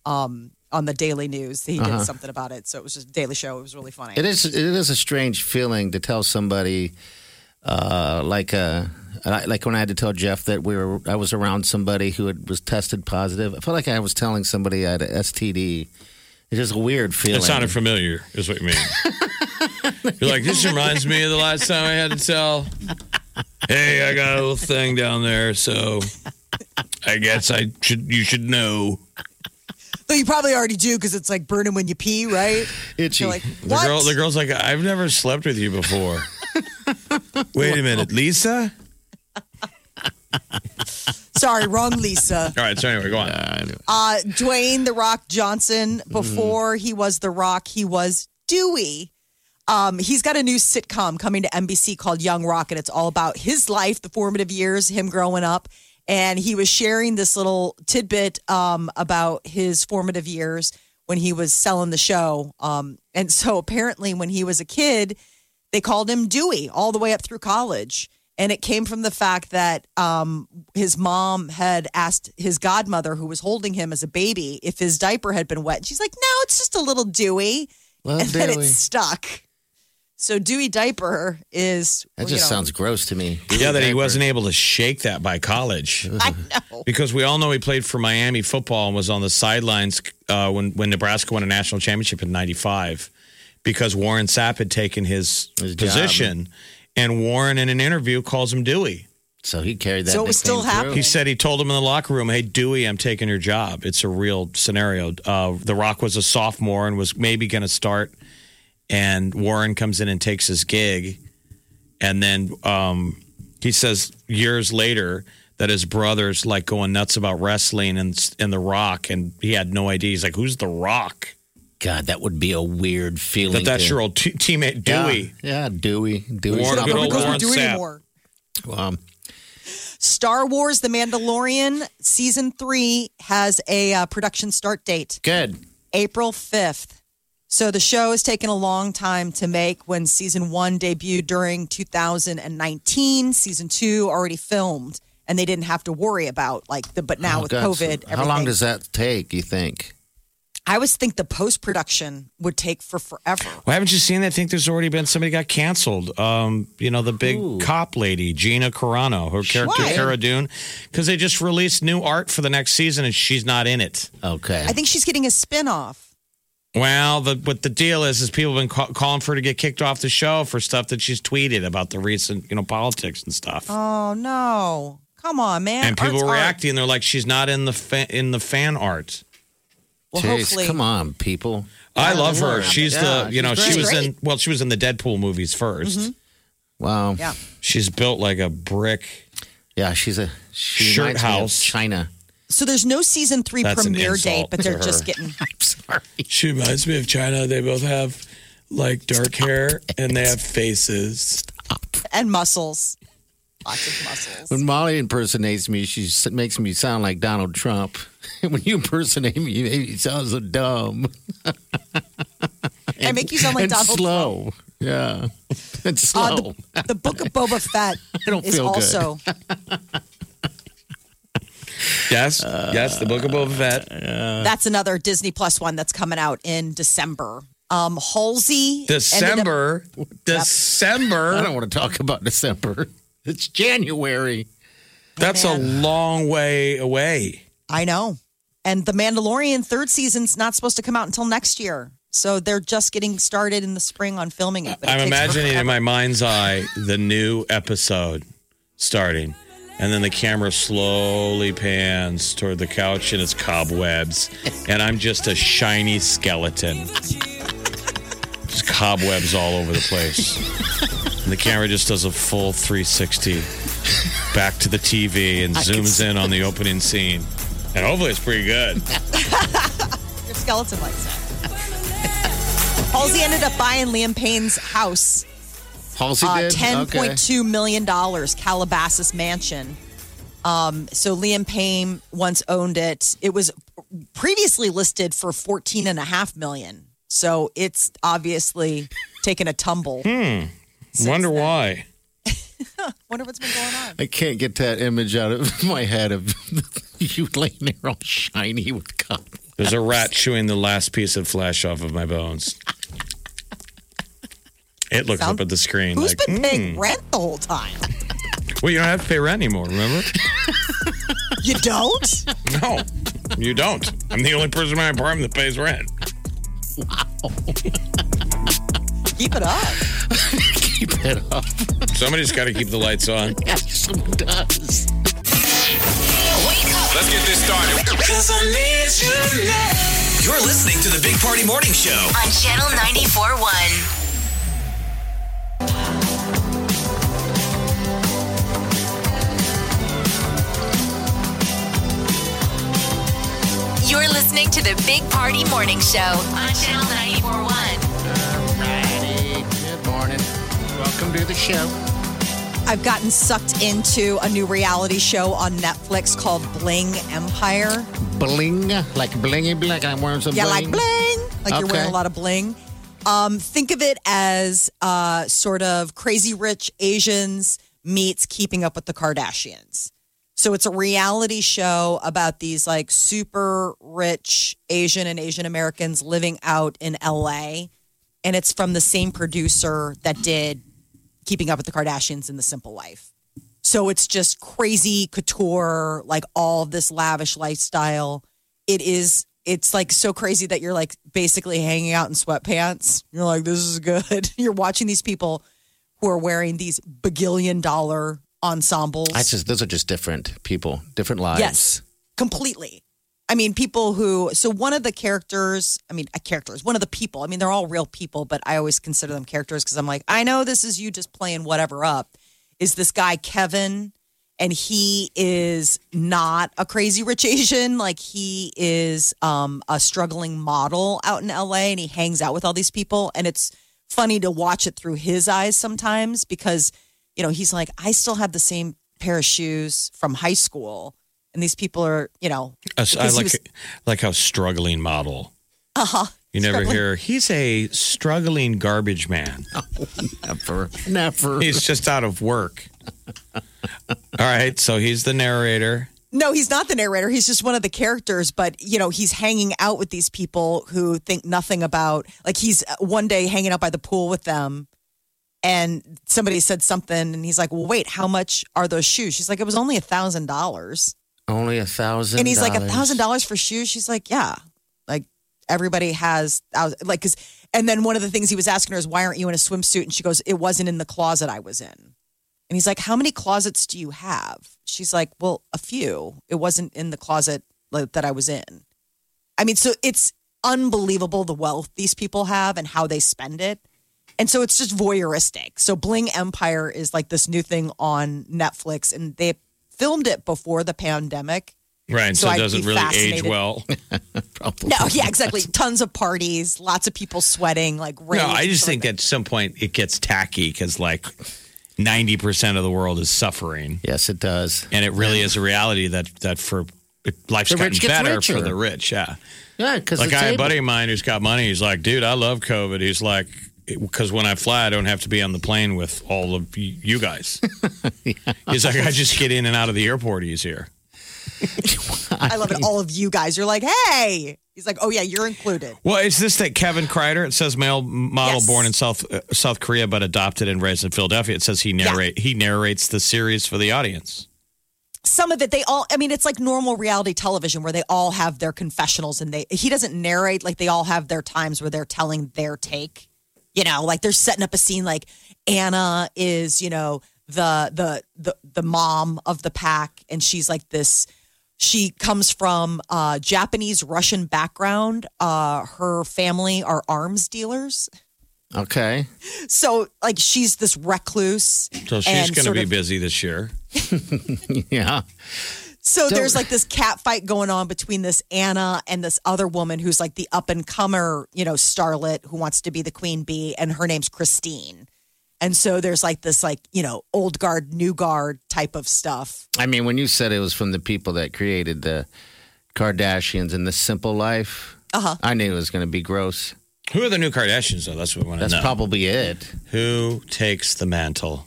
D: um, on the Daily News, he
C: Uh-huh.
D: did something about it. So it was just Daily Show. It was really funny.
B: It is. It is a strange feeling to tell somebody, uh, like uh I- like when I had to tell Jeff that we were, I was around somebody who had, was tested positive. I felt like I was telling somebody I had an STD. It's just a weird feeling.
C: it sounded familiar, is what you mean. You're like, this reminds me of the last time I had to tell. Hey, I got a little thing down there, so I guess I should. You should know.
D: Though you probably already do because it's like burning when you pee, right?
B: itchy.
D: You're like,
C: The
D: what?
C: girl, the girl's like, I've never slept with you before. Wait a minute, Lisa.
D: Sorry, wrong Lisa.
C: All right, so anyway, go on.
D: Uh, Dwayne The Rock Johnson,
C: Mm-hmm.
D: before he was The Rock, he was Dewey. Um, he's got a new sitcom coming to NBC called Young Rock, and it's all about his life, the formative years, him growing up. And he was sharing this little tidbit um, about his formative years when he was selling the show. Um, and so apparently, when he was a kid, they called him Dewey all the way up through college. And it came from the fact that um, his mom had asked his godmother, who was holding him as a baby, if his diaper had been wet. And she's like, no, it's just a little Dewey.
B: Little
D: and then it
B: Dewey.
D: stuck. So Dewey diaper is.
B: That
D: you
B: just
D: know,
B: sounds gross to me.
C: Yeah, that he wasn't able to shake that by college. I know. Because we all know he played for Miami football and was on the sidelines uh, when, when Nebraska won a national championship in 95 because Warren Sapp had taken his,
B: His job.
C: position. And Warren, in an interview, calls him Dewey.
B: So he carried that.
D: So it was
B: nickname
D: still
B: through.
D: happening.
C: He said he told him in the locker room, "Hey Dewey, I'm taking your job. It's a real scenario. Uh, the Rock was a sophomore and was maybe going to start, and Warren comes in and takes his gig, and then um, he says years later that his brother's like going nuts about wrestling and and the Rock, and he had no idea. He's like, "Who's the Rock?
B: God, that would be a weird feeling.
C: That that's
B: to-
C: your old t- teammate
B: Yeah.
C: Dewey."
B: Yeah, Dewey. Dewey.
C: Warren,
D: Nobody
C: good old
D: goes
C: Warren
D: with Dewey
C: Sapp.
D: anymore.
B: Um,
D: Star Wars: The Mandalorian season three has a uh, production start date.
B: good.
D: April 5th. So the show has taken a long time to make when season one debuted during 2019. Season two already filmed and they didn't have to worry about like the, but now
B: Oh,
D: with
B: God, so
D: COVID,
B: how long
D: everything-
B: does that take? You think?
D: I always think the post production would take for forever.
C: Well, haven't you seen that? I think there's already been somebody got canceled. Um, you know, the big cop lady, Gina Carano, her character,
D: Why?
C: Cara Dune, because they just released new art for the next season and she's not in it.
B: Okay.
D: I think she's getting a spin off.
C: Well, the, what the deal is, is people have been ca- calling for her to get kicked off the show for stuff that she's tweeted about the recent, you know, politics and stuff.
D: Oh no! Come on, man.
C: and people
D: Art's
C: were
D: art.
C: reacting. They're like, she's not in the fa- in the fan art.
D: Well,
B: Jeez,
D: hopefully,
B: come on, people.
C: I love her.
B: Yeah,
C: She's
B: yeah,
C: the, you know,
B: she's
C: she
B: great. Mm-hmm.
C: was
D: great.
C: in. Well, she was in the Deadpool movies 1st
B: Wow.
D: yeah.
C: She's built like a brick.
B: Yeah, she's a she
C: Shirt
B: reminds me of
C: house.
B: China.
D: So there's no season three
C: That's an
D: premiere date,
C: insult
D: but they're
C: to
D: just
C: her.
D: getting.
B: I'm sorry.
I: She reminds me of China. They both have like dark hair and they have faces.
D: and muscles. Lots of muscles.
B: When Molly impersonates me, she s- makes me sound like Donald Trump. when you impersonate me, you make me sound so dumb
D: I make you sound like
B: and
D: Donald
B: slow. Yeah, and slow.
D: Uh, the, the book of Boba Fett
B: don't
D: is
B: feel good. Uh.
D: also
C: Yes, yes, the Book of Boba Fett.
D: that's another Disney Plus one that's coming out in December. Um, Halsey ended up-
C: December,
B: I
C: December.
B: don't want to talk about December. It's January.
C: That's a long way away.
D: I know, and the Mandalorian third season's not supposed to come out until next year, so they're just getting started in the spring on filming it. but it
C: I'm
D: takes
C: imagining in
D: forever.
C: my mind's eye the new episode starting, and then the camera slowly pans toward the couch and it's cobwebs, and I'm just a shiny skeleton. Just cobwebs all over the place. And the camera just does a full 360 back to the TV and zooms in on the opening scene. And hopefully it's pretty good.
D: Your skeleton likes it. Halsey ended up buying Liam Payne's house
B: Halsey
D: uh,
B: did
D: ten
B: Okay.
D: point two million dollars, Calabasas mansion. Um, so Liam Payne once owned it. It was previously listed for fourteen and a half million. So it's obviously taken a tumble.
C: Hmm. Wonder why.
D: Wonder what's been going on.
B: I can't get that image out of my head of you laying there all shiny with cup.
C: There's a rat chewing the last piece of flesh off of my bones. It looks
D: Sound-
C: up at the screen
D: Who's
C: like,
D: been paying
C: "Hmm,
D: rent the whole time?
C: well, you don't have to pay rent anymore, remember?
D: You don't?
C: no, you don't. I'm the only person in my apartment that pays rent.
D: Keep it up.
B: Keep it up.
C: Somebody's got to keep the lights on.
B: Someone does.
F: Let's get this started. You're listening to the Big Party Morning Show.
A: on Channel 94.1. You're listening to the Big Party Morning Show on Channel 94.1.
B: Alrighty. Good morning. Welcome to the show.
D: I've gotten sucked into a new reality show on Netflix called Bling Empire.
B: Bling, like blingy bling. Like I'm wearing some
D: Yeah,
B: bling.
D: like bling. Like you're
B: Okay.
D: wearing a lot of bling. Um, think of it as uh, sort of crazy rich Asians meets keeping up with the Kardashians. So it's a reality show about these like super rich Asian and Asian Americans living out in LA. And it's from the same producer that did Keeping Up with the Kardashians and The Simple Life. So it's just crazy couture, like all this lavish lifestyle. It is, it's like so crazy that you're like basically hanging out in sweatpants. You're like, this is good. You're watching these people who are wearing these bagillion dollar ensembles.
B: That's just those are just different people, different lives.
D: Yes, completely. I mean, people who, so one of the characters, I mean, uh, characters, one of the people, I mean, they're all real people, but I always consider them characters because I'm like, I know this is you just playing whatever up, is this guy, Kevin, and he is not a crazy rich Asian. Like, he is um, a struggling model out in LA and he hangs out with all these people. And it's funny to watch it through his eyes sometimes because, you know, he's like, I still have the same pair of shoes from high school. And these people are, you know,
C: I s- I
D: because he
C: like,
D: was-
C: like how struggling model. Uh huh. You never
D: Uh-huh. Struggling.
C: hear, he's a struggling garbage man.
B: Never, never.
C: He's just out of work. All right, so he's the narrator.
D: No, he's not the narrator. He's just one of the characters, but you know, he's hanging out with these people who think nothing about like he's one day hanging out by the pool with them and somebody said something and he's like, "Well, wait, how much are those shoes?" She's like, "It was only a thousand dollars."
B: Only a thousand.
D: And he's like, "A thousand dollars for shoes?" She's like, "Yeah." Like everybody has thous- like cuz and then one of the things he was asking her is, "Why aren't you in a swimsuit?" And she goes, "It wasn't in the closet I was in." And he's like, How many closets do you have? She's like, Well, a few. It wasn't in the closet like, that I was in. I mean, so it's unbelievable the wealth these people have and how they spend it. And so it's just voyeuristic. So Bling Empire is like this new thing on Netflix, and they filmed it before the pandemic.
C: Right, so,
D: I'd
C: it doesn't
D: be
C: really age
D: fascinated-
C: well.
D: No, yeah, exactly. Tons of parties, lots of people sweating, like
C: No,
D: raves.
C: I just think at some point it gets tacky because like ninety percent of the world is suffering.
B: Yes, it does,
C: and it really is a reality that that for life's
B: The
C: gotten
B: rich gets
C: better
B: richer.
C: for the rich. Yeah,
B: Yeah, because
C: like I had a buddy of mine who's got money. He's like, dude, I love COVID. He's like, because when I fly, I don't have to be on the plane with all of y- you guys. He's like, I just get in and out of the airport easier.
D: I love it. All of you guys, you're like, Hey, he's like, Oh, yeah, you're included.
C: Well, is this that Kevin Kreider? It says male model
D: Yes.
C: born in South uh, South Korea but adopted and raised in Philadelphia. It says he narrate he narrates the series for the audience.
D: some of it they all i mean it's like normal reality television where they all have their confessionals and they he doesn't narrate like they all have their times where they're telling their take you know like they're setting up a scene like anna is you know the the the, the mom of the pack and she's like this she comes from uh, japanese russian background uh, her family are arms dealers
B: Okay.
D: so like she's this recluse
C: So she's going
D: and
C: to
D: sort
C: be
D: of-
C: busy this year.
B: yeah.
D: So
C: Don't-
D: there's like this cat fight going on between this Anna and this other woman who's like the up and comer, you know, starlet who wants to be the queen bee, and her name's Christine. And so there's like this like you know old guard, new guard type of stuff.
B: I mean, when you said it was from the people that created the Kardashians and the Simple Life, uh-huh. I knew it was going to be gross.
C: Who are the new Kardashians though? That's what I want to
B: That's
C: know.
B: probably it.
C: Who takes the mantle?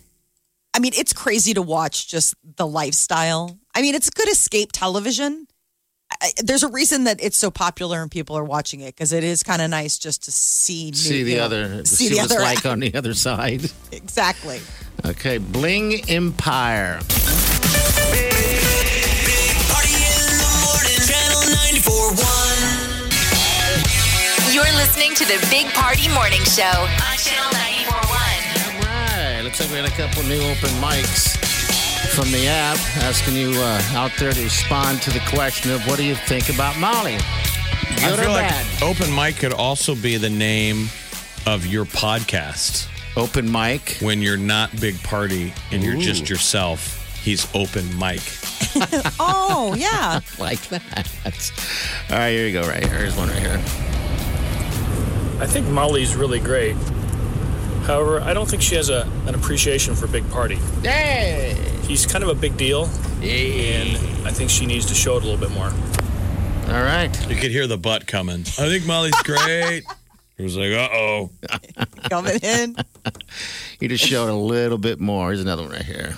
D: I mean, it's crazy to watch just the lifestyle. I mean, it's good escape television. I, there's a reason that it's so popular and people are watching it because it is kind of nice just to see new-
B: See the
D: you know,
B: other.
D: see, the
B: what
D: other
B: it's like on the other side.
D: exactly.
B: Okay, Bling Empire.
F: Channel 941.
A: You're listening to the Big Party Morning Show on Channel 941.
B: All right, looks like we had a couple new open mics from the app asking you uh, out there to respond to the question of what do you think about Molly?
C: I
B: Good or
C: feel like
B: bad?
C: open mic could also be the name of your podcast.
B: Open mic.
C: When you're not big party and you're
B: Ooh.
C: just yourself, he's open mic.
D: Oh yeah.
B: like that. All right, here you go. Right here. Here's one right here.
J: I think Molly's really great. However, I don't think she has a, an appreciation for Big Party.
B: Hey!
J: He's kind of a big deal, and I think she needs to show it a little bit more.
B: All right.
C: You could hear the butt coming. I think Molly's great. It was like, uh oh.
D: Coming in.
B: You just showed a little bit more. Here's another one right here.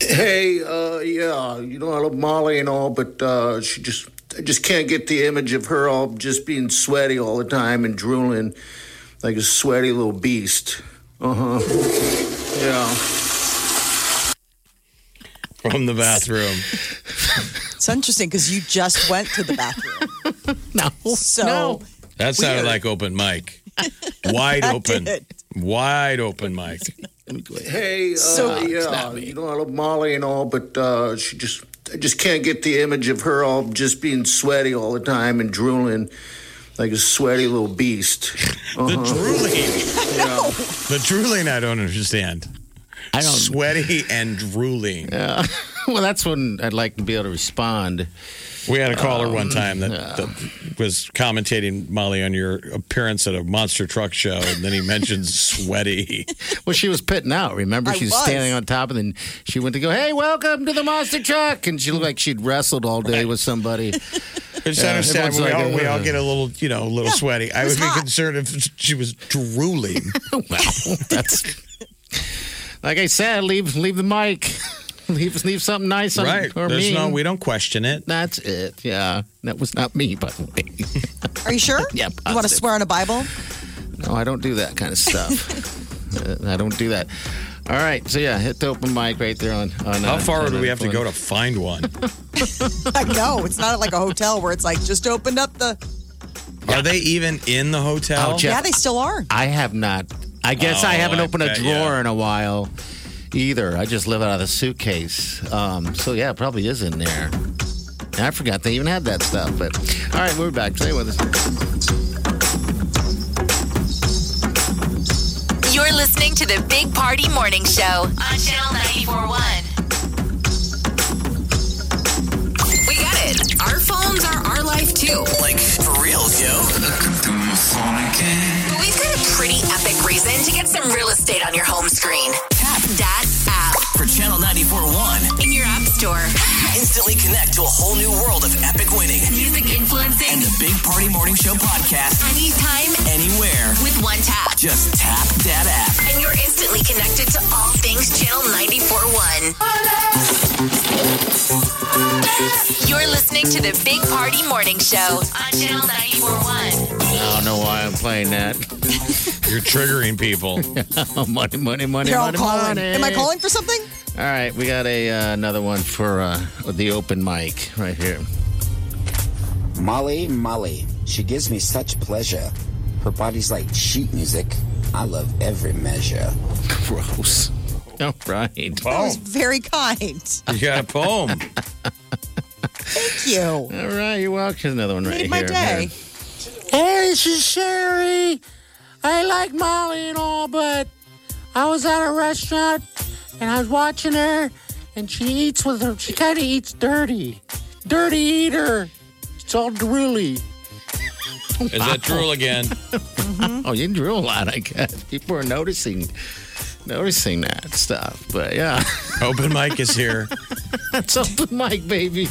K: Hey, uh, yeah, you know, I love Molly and all, but uh, she just, I just can't get the image of her all just being sweaty all the time and drooling like a sweaty little beast. Uh huh. Yeah.
C: From the bathroom.
D: It's interesting because you just went to the bathroom.
B: no.
D: So
C: That sounded
D: Weird.
C: like open mic. Wide
D: That
C: open.
D: did.
C: Wide open mic.
K: Hey, uh,
C: So- It's
K: yeah,
C: not
K: you know, I love Molly and all, but uh, she just, I just can't get the image of her all just being sweaty all the time and drooling like a sweaty little beast.
C: The
K: Uh-huh.
C: drooling. The drooling, I don't understand.
B: I don't-
C: Sweaty and drooling.
B: Yeah. well, that's when I'd like to be able to respond.
C: We had a caller
B: Um,
C: one time that, that was commentating Molly on your appearance at a monster truck show, and then he mentioned sweaty.
B: Well, she was pitting out. Remember,
C: I
B: she was,
C: was.
B: standing on top, and then she went to go, "Hey, welcome to the monster truck," and she looked like she'd wrestled all day with somebody.
C: Just
B: Yeah,
C: understand
B: everyone's
C: we,
B: like,
C: all, we all
B: "Ugh."
C: get a little, you know, a little sweaty. I
B: it was
C: would be
B: hot.
C: concerned if she was drooling.
B: well, that's like I said, leave leave the mic. leave, leave something nice on
C: right.
B: or
C: There's
B: mean.
C: no, we don't question it.
B: That's it. Yeah. That was not me, by the way.
D: Are you sure?
B: yeah.
D: You want to
B: positive.
D: swear on a Bible?
B: No, I don't do that kind of stuff. Uh, I don't do that. All right. So, yeah, hit the open mic right there on. on
C: How
B: uh,
C: far
B: on
C: would we have to
B: Unemployed.
C: go to find one?
D: I know. It's not like a hotel where it's like just opened up the.
C: Are they even in the hotel?
B: Oh, Jeff.
D: Yeah, they still are.
B: I have not. I guess I
C: Oh,
B: haven't
C: I
B: opened a
C: bet,
B: drawer
C: yeah.
B: in a while either. I just live out of the suitcase. Um, so yeah, it probably is in there. And I forgot they even had that stuff. But all right, we're back. Stay with us.
A: You're listening to the Big Party Morning Show on Channel 941. We got it. Our phones are our life too.
F: Like, for real, yo.
A: But we've got a pretty epic reason to get some real estate on your home screen. Tap that app
F: For Channel 94.1,
A: in your app store.
F: instantly connect to a whole new world of epic winning.
A: Music
F: And
A: influencing
F: the Big Party Morning Show podcast,
A: anytime
F: anywhere.
A: with one tap.
F: Just tap that app.
A: And you're instantly connected to all things Channel 94.1. You're listening to the Big Party Morning Show on Channel 94.1.
B: I don't know why I'm playing that.
C: You're triggering people.
B: money, money, money,
D: They're all
B: money,
D: calling.
B: money.
D: Am I calling for something?
B: All right, we got a uh, another one for uh, the open mic right here.
L: Molly, Molly, she gives me such pleasure. Her body's like sheet music. I love every measure.
B: Gross. All right.
D: That was very kind.
C: You got a poem.
D: Thank you.
B: All right, you're welcome. Here's another one right
D: Made
B: here.
D: my day.
M: Hey, this is Sherry. I like Molly and all, but I was at a restaurant and I was watching her, and she eats with her. She kind of eats dirty, dirty eater. It's all drooly.
C: Is that drool again?
B: Oh, you drew a lot, I guess. People are noticing noticing that stuff. But yeah.
C: Open mic is here.
B: That's open mic, baby.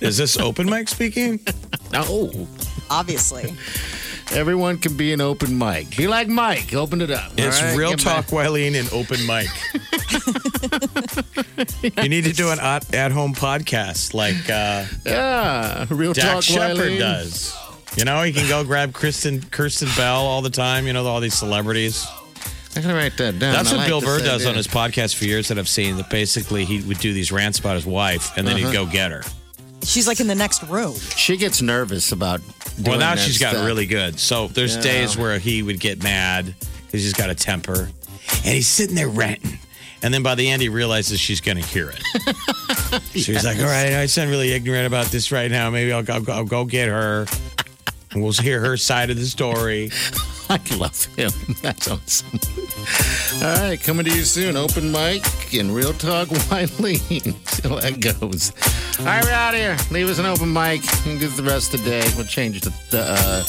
C: Is this open mic speaking?
B: No.
D: Obviously.
B: Everyone can be an open mic. You like Mike, open it up.
C: It's
B: all right?
C: real
B: Get
C: talk, Wileen, and open mic. You need to do an at- at-home podcast like uh,
B: back- Yeah. Real
C: Jack
B: talk
C: Shepard
B: Wileen.
C: does. You know, he can go grab Kristen Kirsten Bell all the time. You know, all these celebrities.
B: I'm gonna write that down.
C: That's
B: I
C: what
B: like
C: Bill
B: this
C: Burr does
B: idea.
C: on his podcast for years that I've seen. That basically he would do these rants about his wife, and then he'd
B: Uh-huh.
C: go get her.
D: She's like in the next room.
B: She gets nervous about
C: Well,
B: doing
C: now
B: that
C: she's gotten
B: stuff.
C: really good. So there's
B: Yeah.
C: days where he would get mad because he's got a temper, and he's sitting there ranting. And then by the end, he realizes she's going to hear it. So he's like, "All right, I sound really ignorant about this right now. Maybe I'll, go- I'll go get her, and we'll hear her side of the story."
B: I love him. That's awesome. All right, coming to you soon. Open mic and real talk Wileen. See how that goes. All right, we're out of here. Leave us an open mic and do the rest of the day. We'll change the, the, uh,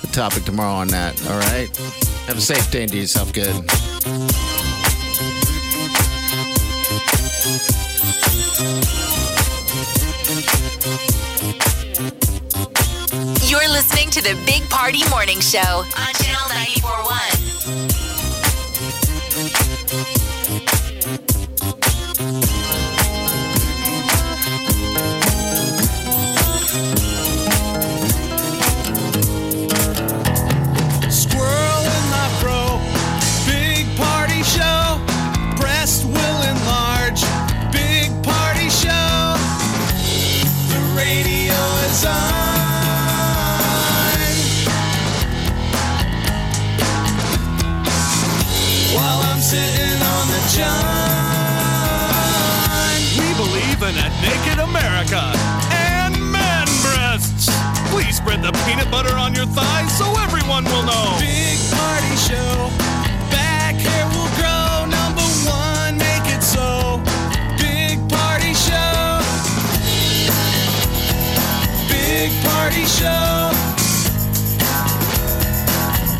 B: the topic tomorrow on that. All right. Have a safe day and do yourself good.
A: You're listening to the Big Party Morning Show on Channel 94.1.
F: Squirrel in my fro. Big party show. Breast will enlarge. Big party show. The radio is on. While I'm sitting on the john. We believe in a naked America and man breasts. Please spread the peanut butter on your thighs so everyone will know. Big party show. Back hair will grow. Number one, make it so. Big party show. Big party show.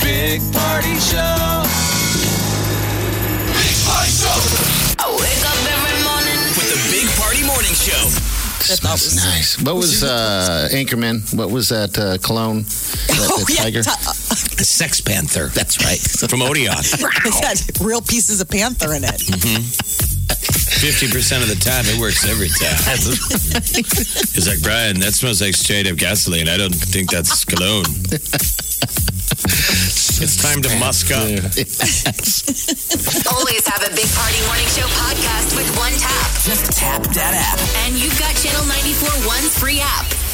F: Big party show. Big party show.
A: I wake up every morning.
F: With the Big Party Morning Show.
B: That's nice. What was uh, Anchorman? What was that uh, clone? That,
D: Oh,
B: that
D: yeah,
B: tiger?
D: t-
C: The Sex Panther.
B: That's right.
C: From Odeon.
D: It's got real pieces of panther in it.
C: 50% of the time. It works every time. He's like, Brian, that smells like straight up gasoline. I don't think that's cologne.
N: It's time to musk up.
A: Always have a Big Party Morning Show podcast with one tap. Just tap that app. And you've got Channel 94 One's free app.